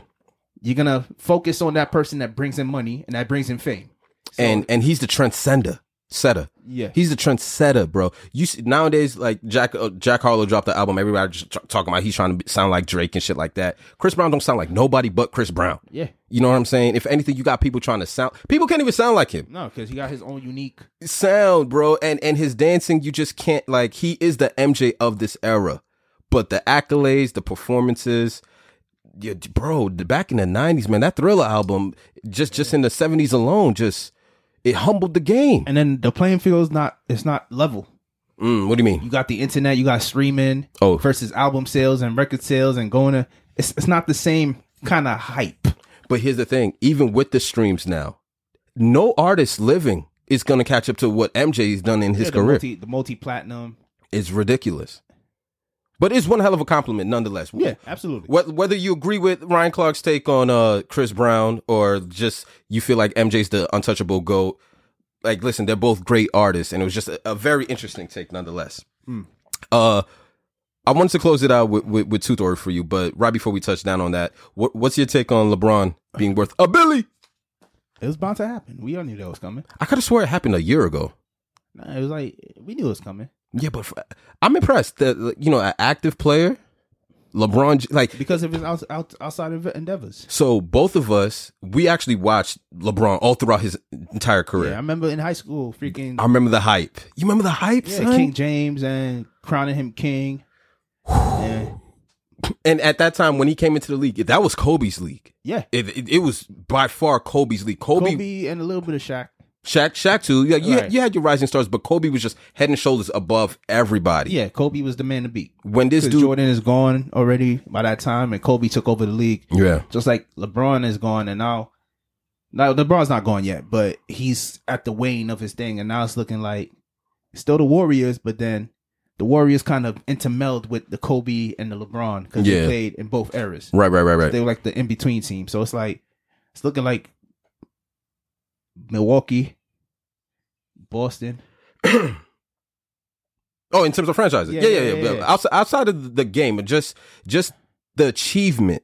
Speaker 2: You're gonna focus on that person that brings him money and that brings him fame. So-
Speaker 1: and and he's the trendsetter setter
Speaker 2: Yeah.
Speaker 1: he's the trendsetter bro you see, nowadays like Jack uh, Jack Harlow dropped the album everybody just tra- talking about he's trying to be- sound like Drake and shit like that Chris Brown don't sound like nobody but Chris Brown
Speaker 2: Yeah.
Speaker 1: You know what I'm saying? If anything, you got people trying to sound. People can't even sound like him.
Speaker 2: No, because he got his own unique.
Speaker 1: Sound, bro, and and his dancing, you just can't like. He is the MJ of this era, but the accolades, the performances, yeah, bro. the- Back in the '90s, man, that Thriller album, just just in the '70s alone, just it humbled the game.
Speaker 2: And then the playing field is not it's not level.
Speaker 1: Mm, what do you mean?
Speaker 2: You got the internet, you got streaming
Speaker 1: Oh.
Speaker 2: versus album sales and record sales and going to. It's it's not the same kind of hype.
Speaker 1: But here's the thing: even with the streams now, no artist living is going to catch up to what MJ's done in his
Speaker 2: Yeah, the
Speaker 1: career.
Speaker 2: multi, the multi platinum.
Speaker 1: it's ridiculous, but it's one hell of a compliment nonetheless.
Speaker 2: Yeah, absolutely.
Speaker 1: Wh- Whether you agree with Ryan Clark's take on uh, Chris Brown or just you feel like MJ's the untouchable goat, like listen, they're both great artists, and it was just a, a very interesting take nonetheless. Uh, I wanted to close it out with, with, with two story for you, but right before we touch down on that, what, what's your take on LeBron being worth a billy?
Speaker 2: It was bound to happen. We all knew that was coming.
Speaker 1: I could have swore it happened a year ago.
Speaker 2: Nah, it was like we knew it was coming
Speaker 1: Yeah, but for, I'm impressed that you know an active player, LeBron, J- like
Speaker 2: because of his out, out, outside of endeavors.
Speaker 1: so both of us, we actually watched LeBron all throughout his entire
Speaker 2: Yeah,
Speaker 1: career.
Speaker 2: I remember in high school, freaking
Speaker 1: I remember the hype. You remember the hype,
Speaker 2: yeah,
Speaker 1: son?
Speaker 2: King James and crowning him king. Yeah.
Speaker 1: And at that time, when he came into the league, that was Kobe's league.
Speaker 2: yeah,
Speaker 1: It, it, it was by far Kobe's league. Kobe,
Speaker 2: Kobe, and a little bit of Shaq.
Speaker 1: Shaq, Shaq too. Yeah, you,
Speaker 2: Right.
Speaker 1: you had your rising stars, but Kobe was just head and shoulders above everybody.
Speaker 2: Yeah, Kobe was the man to beat.
Speaker 1: When this
Speaker 2: 'Cause
Speaker 1: dude,
Speaker 2: Jordan is gone already by that time, and Kobe took over the league.
Speaker 1: yeah,
Speaker 2: Just like LeBron is gone, and now, now LeBron's not gone yet, but he's at the wane of his thing, and now it's looking like still the Warriors, but then the Warriors kind of intermeld with the Kobe and the LeBron because
Speaker 1: Yeah.
Speaker 2: they played in both eras.
Speaker 1: right, right, right, right.
Speaker 2: They were like the in between team, so it's like it's looking like Milwaukee, Boston.
Speaker 1: Oh, in terms of franchises, yeah,
Speaker 2: Yeah,
Speaker 1: yeah, yeah.
Speaker 2: yeah, yeah,
Speaker 1: but
Speaker 2: yeah.
Speaker 1: Outside, outside of the game, but just just the achievement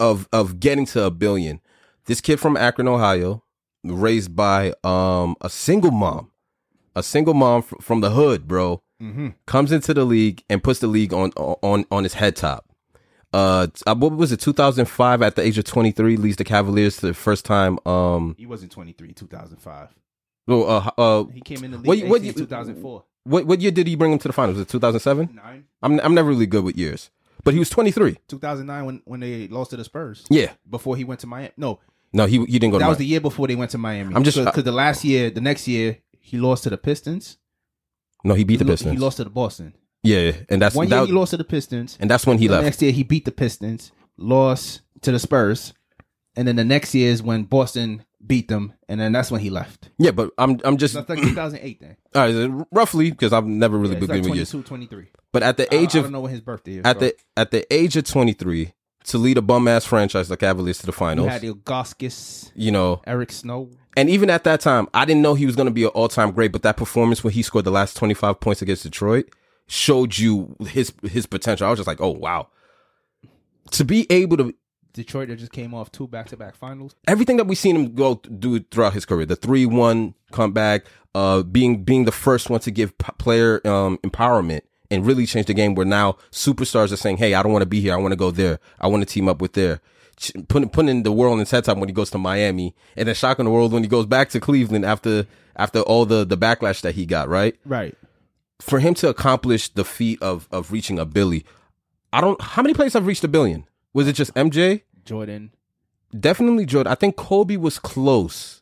Speaker 1: of of getting to a billion. This kid from Akron, Ohio, raised by um a single mom, a single mom fr- from the hood, bro,
Speaker 2: Mm-hmm.
Speaker 1: comes into the league and puts the league on on on his head top. Uh, t- uh, what was it? 2005, at the age of 23, leads the Cavaliers to the first time. Um,
Speaker 2: He wasn't 23 in 2005.
Speaker 1: oh, uh, uh,
Speaker 2: He came in the league
Speaker 1: What- what
Speaker 2: 18
Speaker 1: you-
Speaker 2: 2004.
Speaker 1: what what year did he bring him to the finals? Was it 2007?
Speaker 2: Nine.
Speaker 1: I'm I'm never really good with years, but he was 23.
Speaker 2: 2009 when, when they lost to the Spurs.
Speaker 1: Yeah.
Speaker 2: Before he went to Miami. No,
Speaker 1: No, he he didn't go.
Speaker 2: that
Speaker 1: to
Speaker 2: was
Speaker 1: Miami.
Speaker 2: the year before they went to Miami.
Speaker 1: I'm just- uh,
Speaker 2: because the last year, the next year, he lost to the Pistons.
Speaker 1: no, he beat the
Speaker 2: He lo-
Speaker 1: Pistons.
Speaker 2: He lost to the Boston.
Speaker 1: yeah, yeah, and that's
Speaker 2: One
Speaker 1: that,
Speaker 2: year he lost to the Pistons.
Speaker 1: and that's when he
Speaker 2: The
Speaker 1: left.
Speaker 2: next year he beat the Pistons, lost to the Spurs, and then the next year is when Boston beat them, and then that's when he left.
Speaker 1: yeah, but I'm I'm just
Speaker 2: So it's like 2008 then.
Speaker 1: all right, roughly because I've never really
Speaker 2: Yeah,
Speaker 1: been
Speaker 2: it's like
Speaker 1: good with years.
Speaker 2: 22, 23.
Speaker 1: But at the
Speaker 2: I-
Speaker 1: age
Speaker 2: I,
Speaker 1: of
Speaker 2: don't know when his birthday is.
Speaker 1: at
Speaker 2: bro.
Speaker 1: the at the age of 23 to lead a bum ass franchise like Cavaliers to the
Speaker 2: you
Speaker 1: finals,
Speaker 2: had Ilgaskis,
Speaker 1: you know,
Speaker 2: Eric Snow.
Speaker 1: and even at that time, I didn't know he was going to be an all time great. But that performance when he scored the last 25 points against Detroit showed you his his potential. I was just like, oh wow, to be able to
Speaker 2: Detroit that just came off two back to back finals.
Speaker 1: everything that we've seen him go th- do throughout his career the 3-1 comeback uh being being the first one to give p- player um empowerment and really change the game where now superstars are saying hey i don't want to be here i want to go there i want to team up with there Ch- putting putting the world in his head time when he goes to miami and then shocking the world when he goes back to cleveland after after all the the backlash that he got right
Speaker 2: Right.
Speaker 1: for him to accomplish the feat of of reaching a billy i don't how many players have reached a billion was it just mj
Speaker 2: Jordan.
Speaker 1: definitely Jordan. I think Kobe was close.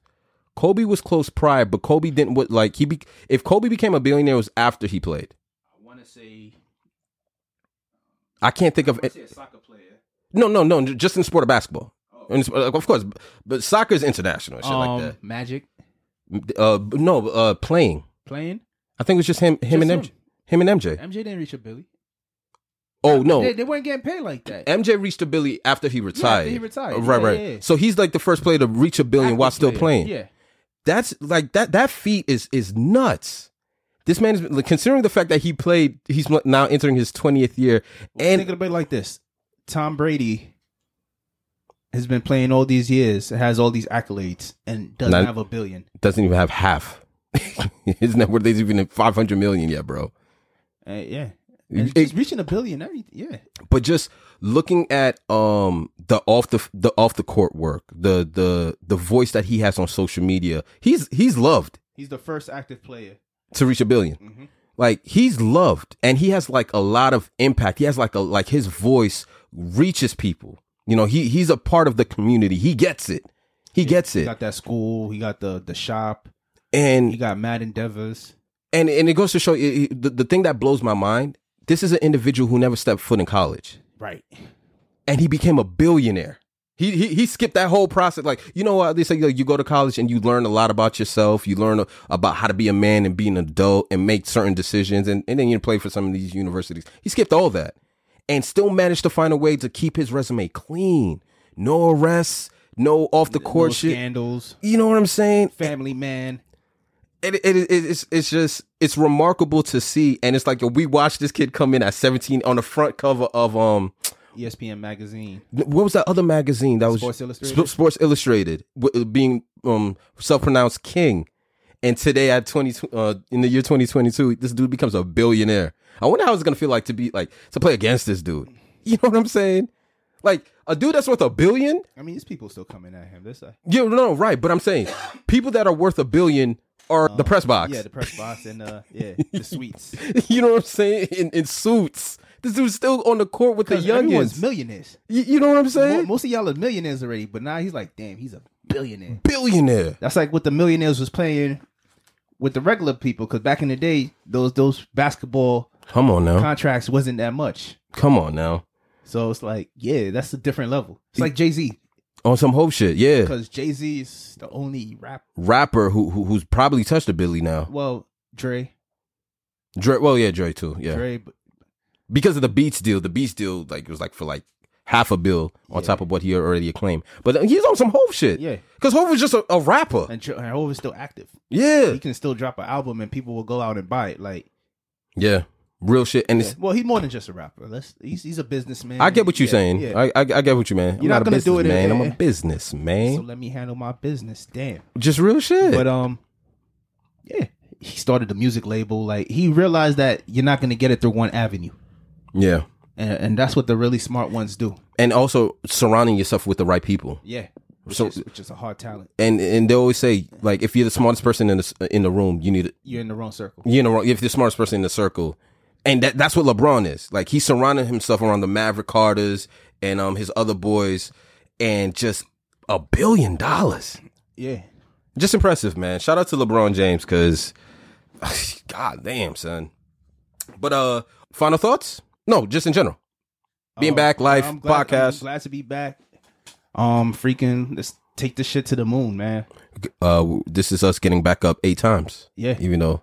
Speaker 1: Kobe was close prior, but Kobe didn't what like he be, if Kobe became a billionaire it was after he played.
Speaker 2: I want to say,
Speaker 1: I can't think of
Speaker 2: a soccer player.
Speaker 1: no no no just in the sport of basketball. In the sport- like, of course, but soccer is international and shit like
Speaker 2: Um, Magic
Speaker 1: that. Uh, but no, uh, playing.
Speaker 2: playing.
Speaker 1: I think it was just him, him and
Speaker 2: Just
Speaker 1: MJ, him. and MJ.
Speaker 2: MJ didn't reach a Billy.
Speaker 1: Oh no,
Speaker 2: They, they weren't getting paid like that.
Speaker 1: MJ reached a billy after he retired.
Speaker 2: he retired.
Speaker 1: Oh, Right,
Speaker 2: Yeah,
Speaker 1: right.
Speaker 2: yeah, yeah.
Speaker 1: So he's like the first player to reach a billion while
Speaker 2: Active
Speaker 1: still
Speaker 2: player.
Speaker 1: playing.
Speaker 2: Yeah.
Speaker 1: that's like that that feat is is nuts. This man is like, considering the fact that he played. He's now entering his twentieth year,
Speaker 2: And
Speaker 1: and
Speaker 2: think of it like this: Tom Brady has been playing all these years, has all these accolades, and doesn't
Speaker 1: None.
Speaker 2: have a billion.
Speaker 1: doesn't even have half. his net worth is even five hundred million yet, bro.
Speaker 2: Uh, yeah. And
Speaker 1: It-
Speaker 2: he's reaching a billion. Everything. Yeah.
Speaker 1: But just looking at um the off the the off the court work, the the the voice that he has on social media, he's he's loved
Speaker 2: He's the first active player.
Speaker 1: to reach a 1000000000 Like he's loved, and he has like a lot of impact. He has like a like his voice reaches people. You know, he he's a part of the community. He gets it. He gets
Speaker 2: He
Speaker 1: it.
Speaker 2: got that school. He got the the shop. He
Speaker 1: And
Speaker 2: got mad endeavors.
Speaker 1: and and it goes to show it, it- the the thing that blows my mind. This is an individual who never stepped foot in college,
Speaker 2: Right.
Speaker 1: and he became a billionaire. He, he, he skipped that whole process. Like, you know what? They say like, you go to college and you learn a lot about yourself. You learn a- about how to be a man and be an adult and make certain decisions. And, and then you play for some of these universities. He skipped all that and still managed to find a way to keep his resume clean. No arrests, no off the court
Speaker 2: Little
Speaker 1: shit.
Speaker 2: scandals,
Speaker 1: You know what I'm saying?
Speaker 2: family man.
Speaker 1: it, it, it it's it's just it's remarkable to see, and it's like yo, we watched this kid come in at 17 on the front cover of um
Speaker 2: ESPN magazine.
Speaker 1: what was that other magazine that was
Speaker 2: Sports Illustrated?
Speaker 1: Sp- Sports Illustrated w- uh, being um self pronounced king, and today at 20 uh, in the year 2022, this dude becomes a billionaire. I wonder how it's gonna feel like to be like to play against this dude. You know what I'm saying? Like a dude that's worth a billion.
Speaker 2: I mean, these people still coming at him. This, uh,
Speaker 1: Yeah, no, right. But I'm saying people that are worth a billion are the press box.
Speaker 2: Uh, yeah, the press box and uh, yeah, the sweets.
Speaker 1: you know what I'm saying? In, in suits. This dude's still on the court with the
Speaker 2: Everyone's
Speaker 1: youngins.
Speaker 2: millionaires.
Speaker 1: you, you know what I'm saying?
Speaker 2: Mo- Most of y'all are millionaires already, but now he's like, damn, he's a billionaire.
Speaker 1: Billionaire.
Speaker 2: That's like what the millionaires was playing with the regular people, because back in the day, those those basketball
Speaker 1: Come on now.
Speaker 2: contracts wasn't that much.
Speaker 1: Come on now.
Speaker 2: So it's like, yeah, that's a different level. It's like Jay Z,
Speaker 1: On some hope shit. Yeah.
Speaker 2: because Jay Z is the only rap.
Speaker 1: Rapper who, who who's probably touched a Billy now.
Speaker 2: Well, Dre,
Speaker 1: Dre, well, yeah, Dre too. Yeah.
Speaker 2: Dre, but
Speaker 1: Because of the Beats deal. The Beats deal like was like for like half a bill on top of what he already acclaimed. But uh, he's on some Hove shit.
Speaker 2: Yeah.
Speaker 1: Because Hove was just a, a rapper.
Speaker 2: and Dre, and Hov is still active.
Speaker 1: yeah.
Speaker 2: He can still drop an album, and people will go out and buy it. Like,
Speaker 1: Yeah. Real shit. And it's
Speaker 2: well, he's more than just a rapper. Let's, he's, he's a businessman.
Speaker 1: I get what you're
Speaker 2: Yeah,
Speaker 1: saying.
Speaker 2: yeah.
Speaker 1: I, I I get what you man. I'm
Speaker 2: You're
Speaker 1: not,
Speaker 2: not
Speaker 1: a
Speaker 2: gonna do it in-
Speaker 1: businessman. I'm a businessman.
Speaker 2: so let me handle my business. Damn.
Speaker 1: just real shit.
Speaker 2: But um, yeah, he started the music label. Like he realized that you're not going to get it through one avenue,
Speaker 1: yeah.
Speaker 2: and, and that's what the really smart ones do.
Speaker 1: and also surrounding yourself with the right people.
Speaker 2: Yeah, which,
Speaker 1: So-
Speaker 2: is, which is a hard talent.
Speaker 1: And and they always say like if you're the smartest person in the in the room, you need
Speaker 2: You're in the wrong circle.
Speaker 1: you know if you're the smartest person in the circle, and that that's what LeBron is. Like he's surrounding himself around the Maverick Carters and um his other boys, and just a billion dollars.
Speaker 2: Yeah,
Speaker 1: Just impressive, man. Shout out to LeBron James because, god damn, son. But uh, final thoughts? No, just in general. Being
Speaker 2: Um,
Speaker 1: back, life,
Speaker 2: I'm glad- I'm
Speaker 1: podcast.
Speaker 2: glad to be back. Um, freaking, let's take this shit to the moon, man.
Speaker 1: Uh, this is us getting back up eight times,
Speaker 2: Yeah,
Speaker 1: even though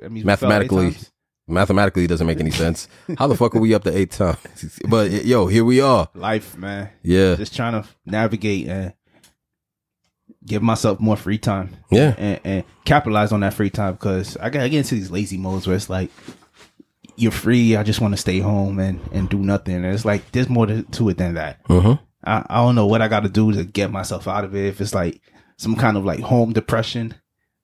Speaker 2: That means we fell eight
Speaker 1: mathematically.
Speaker 2: times.
Speaker 1: mathematically it doesn't make any sense. How the fuck are we up to eight times? But yo, here we are.
Speaker 2: life, man.
Speaker 1: Yeah,
Speaker 2: Just trying to navigate and give myself more free time.
Speaker 1: yeah,
Speaker 2: and, and capitalize on that free time because I gotta get into these lazy modes where it's like you're free. I just want to stay home and and do nothing. And it's like there's more to, to it than that.
Speaker 1: Mhm.
Speaker 2: I I don't know what I got to do to get myself out of it. If it's like some kind of like home depression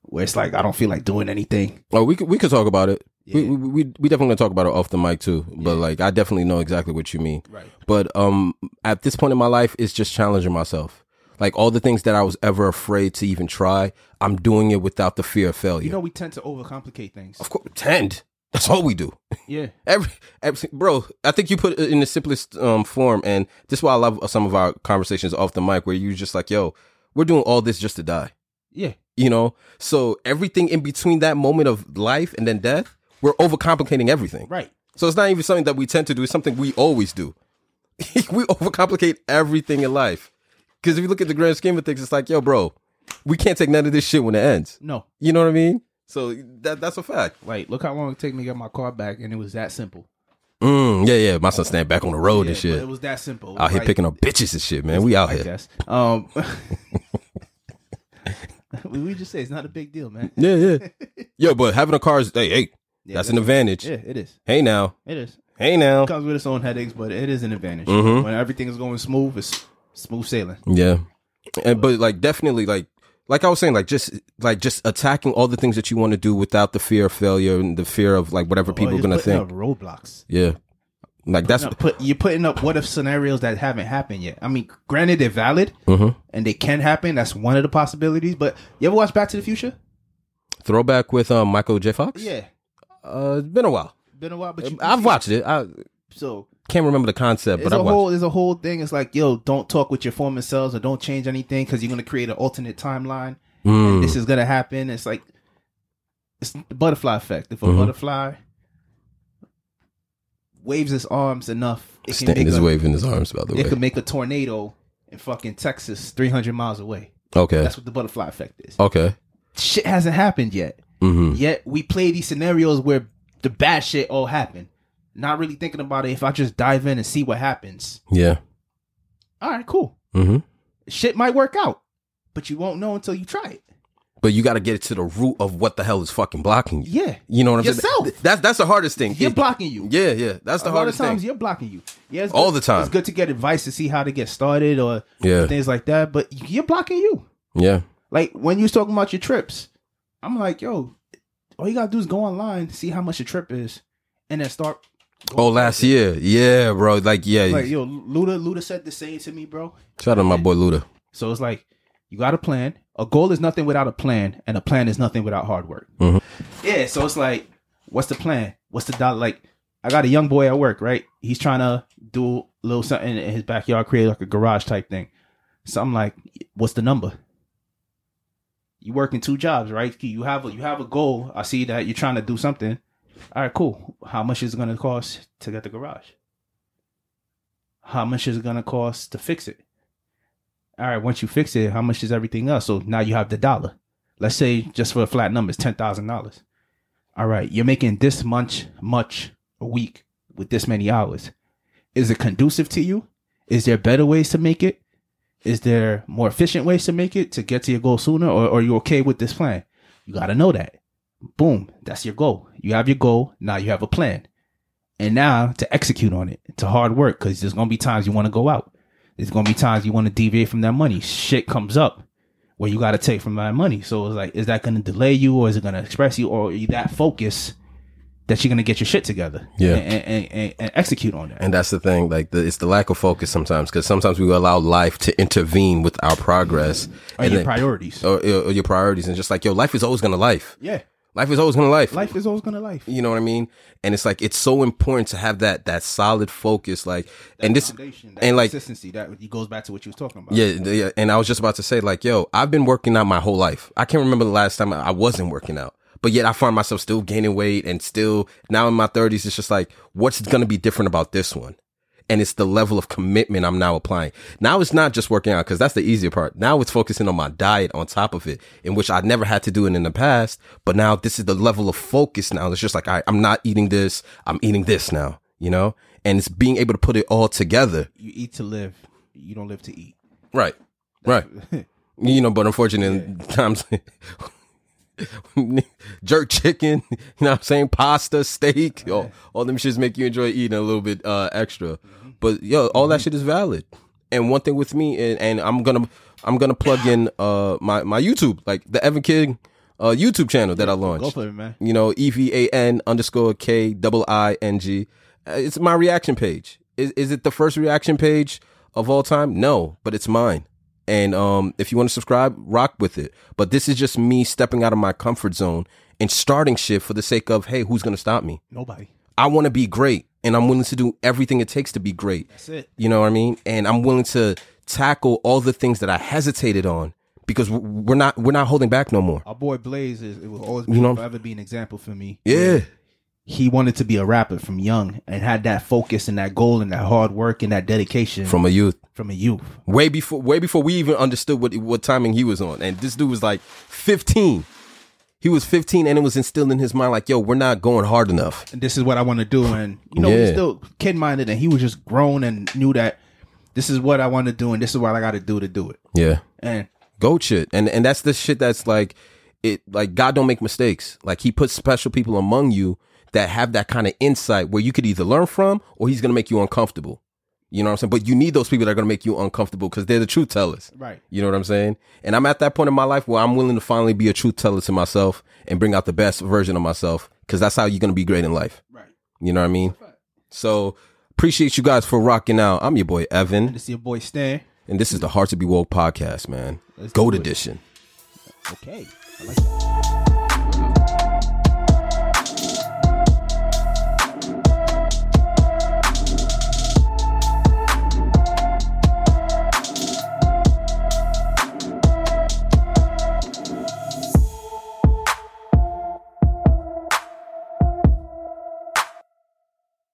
Speaker 2: where it's like I don't feel like doing anything.
Speaker 1: Oh, we could we could talk about it. We We, we we definitely gonna talk about it off the mic too. But like, I definitely know exactly what you mean.
Speaker 2: Right.
Speaker 1: But um, at this point in my life, it's just challenging myself. Like all the things that I was ever afraid to even try, I'm doing it without the fear of failure.
Speaker 2: You know, we tend to overcomplicate things.
Speaker 1: of course, tend. That's all we do.
Speaker 2: Yeah.
Speaker 1: Every, every bro, I think you put it in the simplest um, form, and this is why I love some of our conversations off the mic, where you just like, yo, we're doing all this just to die,
Speaker 2: Yeah.
Speaker 1: you know. So everything in between that moment of life and then death, we're overcomplicating everything.
Speaker 2: Right.
Speaker 1: So it's not even something that we tend to do; it's something we always do. we overcomplicate everything in life, because if you look at the grand scheme of things, it's like, yo, bro, we can't take none of this shit when it ends.
Speaker 2: No.
Speaker 1: You know what I mean? So that that's a fact.
Speaker 2: Like, look how long it took me to get my car back, and it was that simple.
Speaker 1: Mm, yeah, yeah. My son stand back on the road
Speaker 2: Yeah,
Speaker 1: and
Speaker 2: but
Speaker 1: Oh, shit.
Speaker 2: It was that simple. It was
Speaker 1: out here
Speaker 2: like-
Speaker 1: picking up bitches and shit, man. We out
Speaker 2: I
Speaker 1: here.
Speaker 2: guess. Um, we we just say it's not a big deal, man.
Speaker 1: Yeah, yeah. Yo, but having a car is hey, hey,
Speaker 2: Yeah,
Speaker 1: that's an advantage.
Speaker 2: yeah, it is.
Speaker 1: Hey now,
Speaker 2: It is.
Speaker 1: hey now.
Speaker 2: It comes with its own headaches, but it is an advantage.
Speaker 1: Mhm.
Speaker 2: When everything is going smooth, it's smooth sailing.
Speaker 1: Yeah, and but like definitely like like I was saying like just like just attacking all the things that you want to do without the fear of failure and the fear of like whatever people
Speaker 2: Or
Speaker 1: are
Speaker 2: it's
Speaker 1: gonna
Speaker 2: Oh, putting
Speaker 1: think.
Speaker 2: Up roadblocks.
Speaker 1: Yeah, like that's
Speaker 2: No, put, you're putting up what if scenarios that haven't happened yet. I mean, granted, they're valid
Speaker 1: Mhm.
Speaker 2: and they can happen. That's one of the possibilities. But you ever watch Back to the Future?
Speaker 1: throwback with um Michael J Fox.
Speaker 2: Yeah,
Speaker 1: uh, it's been a while.
Speaker 2: been a while, but you,
Speaker 1: Um, I've watched it. I
Speaker 2: so
Speaker 1: can't remember the concept, but
Speaker 2: There's
Speaker 1: I
Speaker 2: a
Speaker 1: watched.
Speaker 2: whole there's a whole thing. It's like, yo, don't talk with your former selves or don't change anything because you're gonna create an alternate timeline.
Speaker 1: Mm.
Speaker 2: And this is gonna happen. It's like it's the butterfly effect. If a
Speaker 1: Mm-hmm.
Speaker 2: butterfly waves its arms enough, it can
Speaker 1: Stanton
Speaker 2: make
Speaker 1: is
Speaker 2: a,
Speaker 1: waving his arms by the
Speaker 2: it
Speaker 1: way.
Speaker 2: can make a tornado in fucking Texas, 300 miles away.
Speaker 1: Okay.
Speaker 2: That's what the butterfly effect is.
Speaker 1: Okay.
Speaker 2: Shit hasn't happened yet.
Speaker 1: Mm-hmm.
Speaker 2: Yet we play these scenarios where the bad shit all happened. Not really thinking about it. If I just dive in and see what happens,
Speaker 1: Yeah.
Speaker 2: all right, cool.
Speaker 1: Mm-hmm.
Speaker 2: Shit might work out, but you won't know until you try it.
Speaker 1: But you got to get to the root of what the hell is fucking blocking you.
Speaker 2: Yeah,
Speaker 1: You know what I'm
Speaker 2: Yourself.
Speaker 1: saying? That's that's the hardest thing.
Speaker 2: you're
Speaker 1: Yeah.
Speaker 2: blocking you.
Speaker 1: yeah, yeah. That's the
Speaker 2: a lot of
Speaker 1: hardest
Speaker 2: times
Speaker 1: thing.
Speaker 2: you're blocking you. Yeah, it's
Speaker 1: All
Speaker 2: good-
Speaker 1: the time.
Speaker 2: It's good to get advice to see how to get started or
Speaker 1: Yeah.
Speaker 2: things like that, but you're blocking you.
Speaker 1: Yeah.
Speaker 2: Like when you was talking about your trips, I'm like, yo, all you gotta do is go online, see how much your trip is, and then start.
Speaker 1: Oh, last year. Yeah, bro. Like, yeah.
Speaker 2: Like yo, Luda, Luda said the same to me, bro.
Speaker 1: Shout out my boy Luda.
Speaker 2: So it's like you got a plan. A goal is nothing without a plan, and a plan is nothing without hard work.
Speaker 1: Mhm.
Speaker 2: Yeah. So it's like, what's the plan? What's the dollar? Like, I got a young boy at work, right? He's trying to do a little something in his backyard, create like a garage type thing. So I'm like, what's the number? You working two jobs, right? You have a you have a goal. I see that you're trying to do something. All right, cool. How much is it gonna cost to get the garage? How much is it gonna cost to fix it? all right, once you fix it, how much is everything else? So now you have the dollar. Let's say just for a flat number, it's ten thousand dollars. All right, you're making this much much a week with this many hours. Is it conducive to you? Is there better ways to make it? Is there more efficient ways to make it to get to your goal sooner? Or, or are you okay with this plan? You gotta know that. Boom, that's your goal. You have your goal, now you have a plan. And now to execute on it, to hard work, because there's gonna be times you wanna go out. There's gonna be times you want to deviate from that money. Shit comes up where you got to take from that money. So it's like, is that gonna delay you, or is it gonna express you, or are you that focused that you're gonna get your shit together?
Speaker 1: Yeah.
Speaker 2: and, and, and, and execute on that.
Speaker 1: And that's the thing, like the, it's the lack of focus sometimes, because sometimes we allow life to intervene with our progress
Speaker 2: Are
Speaker 1: and
Speaker 2: your
Speaker 1: then-
Speaker 2: priorities?
Speaker 1: or, or your priorities, and just like yo, life is always gonna life.
Speaker 2: yeah,
Speaker 1: Life is always gonna life.
Speaker 2: life is always gonna life.
Speaker 1: You know what I mean? And it's like it's so important to have that that solid focus, like and this
Speaker 2: foundation,
Speaker 1: and like
Speaker 2: consistency that it goes back to what you was talking about.
Speaker 1: yeah, yeah. And I was just about to say like yo, I've been working out my whole life. I can't remember the last time I I wasn't working out. But yet I find myself still gaining weight and still now in my thirties, it's just like, what's gonna be different about this one? and it's the level of commitment I'm now applying. Now it's not just working out because that's the easier part. Now it's focusing on my diet on top of it, in which I never had to do it in the past. But now this is the level of focus now. It's just like, all right, I'm not eating this. I'm eating this now, you know? And it's being able to put it all together.
Speaker 2: you eat to live. You don't live to eat.
Speaker 1: Right. Right. You know, but unfortunately, times jerk chicken, you know what I'm saying? Pasta, steak, all, all them shits make you enjoy eating a little bit uh, extra. But yo, all that shit is valid. And one thing with me, and, and I'm gonna I'm gonna plug in uh my, my YouTube, like the Evan King uh YouTube channel that I launched
Speaker 2: Go for it, man.
Speaker 1: you know, E V A N underscore K double I N G. Uh, It's my reaction page. Is, is it the first reaction page of all time? No, but it's mine. And um, if you want to subscribe, rock with it. But this is just me stepping out of my comfort zone and starting shit for the sake of, hey, who's going to stop me?
Speaker 2: Nobody.
Speaker 1: I want to be great and I'm willing to do everything it takes to be great.
Speaker 2: That's it.
Speaker 1: You know what I mean? And I'm willing to tackle all the things that I hesitated on because we're- we're not we're not holding back no more.
Speaker 2: Our boy Blaze is it will always be,
Speaker 1: You know-
Speaker 2: forever be an example for me.
Speaker 1: Yeah.
Speaker 2: He wanted to be a rapper from young and had that focus and that goal and that hard work and that dedication from,
Speaker 1: From a youth.
Speaker 2: a youth.
Speaker 1: way before way before we even understood what what timing he was on. And this dude was like 15. He was 15 and it was instilled in his mind like, yo, we're not going hard enough.
Speaker 2: And this is what I want to do. And you know, he's
Speaker 1: Yeah.
Speaker 2: still kid minded and he was just grown and knew that this is what I want to do and this is what I gotta do to do it.
Speaker 1: Yeah.
Speaker 2: And
Speaker 1: Goat shit. And and that's the shit that's like it like God don't make mistakes. Like he puts special people among you that have that kind of insight where you could either learn from or he's gonna make you uncomfortable. You know what I'm saying? But you need those people that are gonna make you uncomfortable because they're the truth tellers.
Speaker 2: right.
Speaker 1: You know what I'm saying? And I'm at that point in my life where I'm willing to finally be a truth teller to myself and bring out the best version of myself because that's how you're going to be great in life.
Speaker 2: Right.
Speaker 1: You know what I mean? So appreciate you guys for rocking out. I'm your boy, Evan,
Speaker 2: This is your boy Stan.
Speaker 1: and this is the Heart to Be Woke podcast, man.
Speaker 2: Let's
Speaker 1: Goat
Speaker 2: do it.
Speaker 1: edition.
Speaker 2: Okay. I like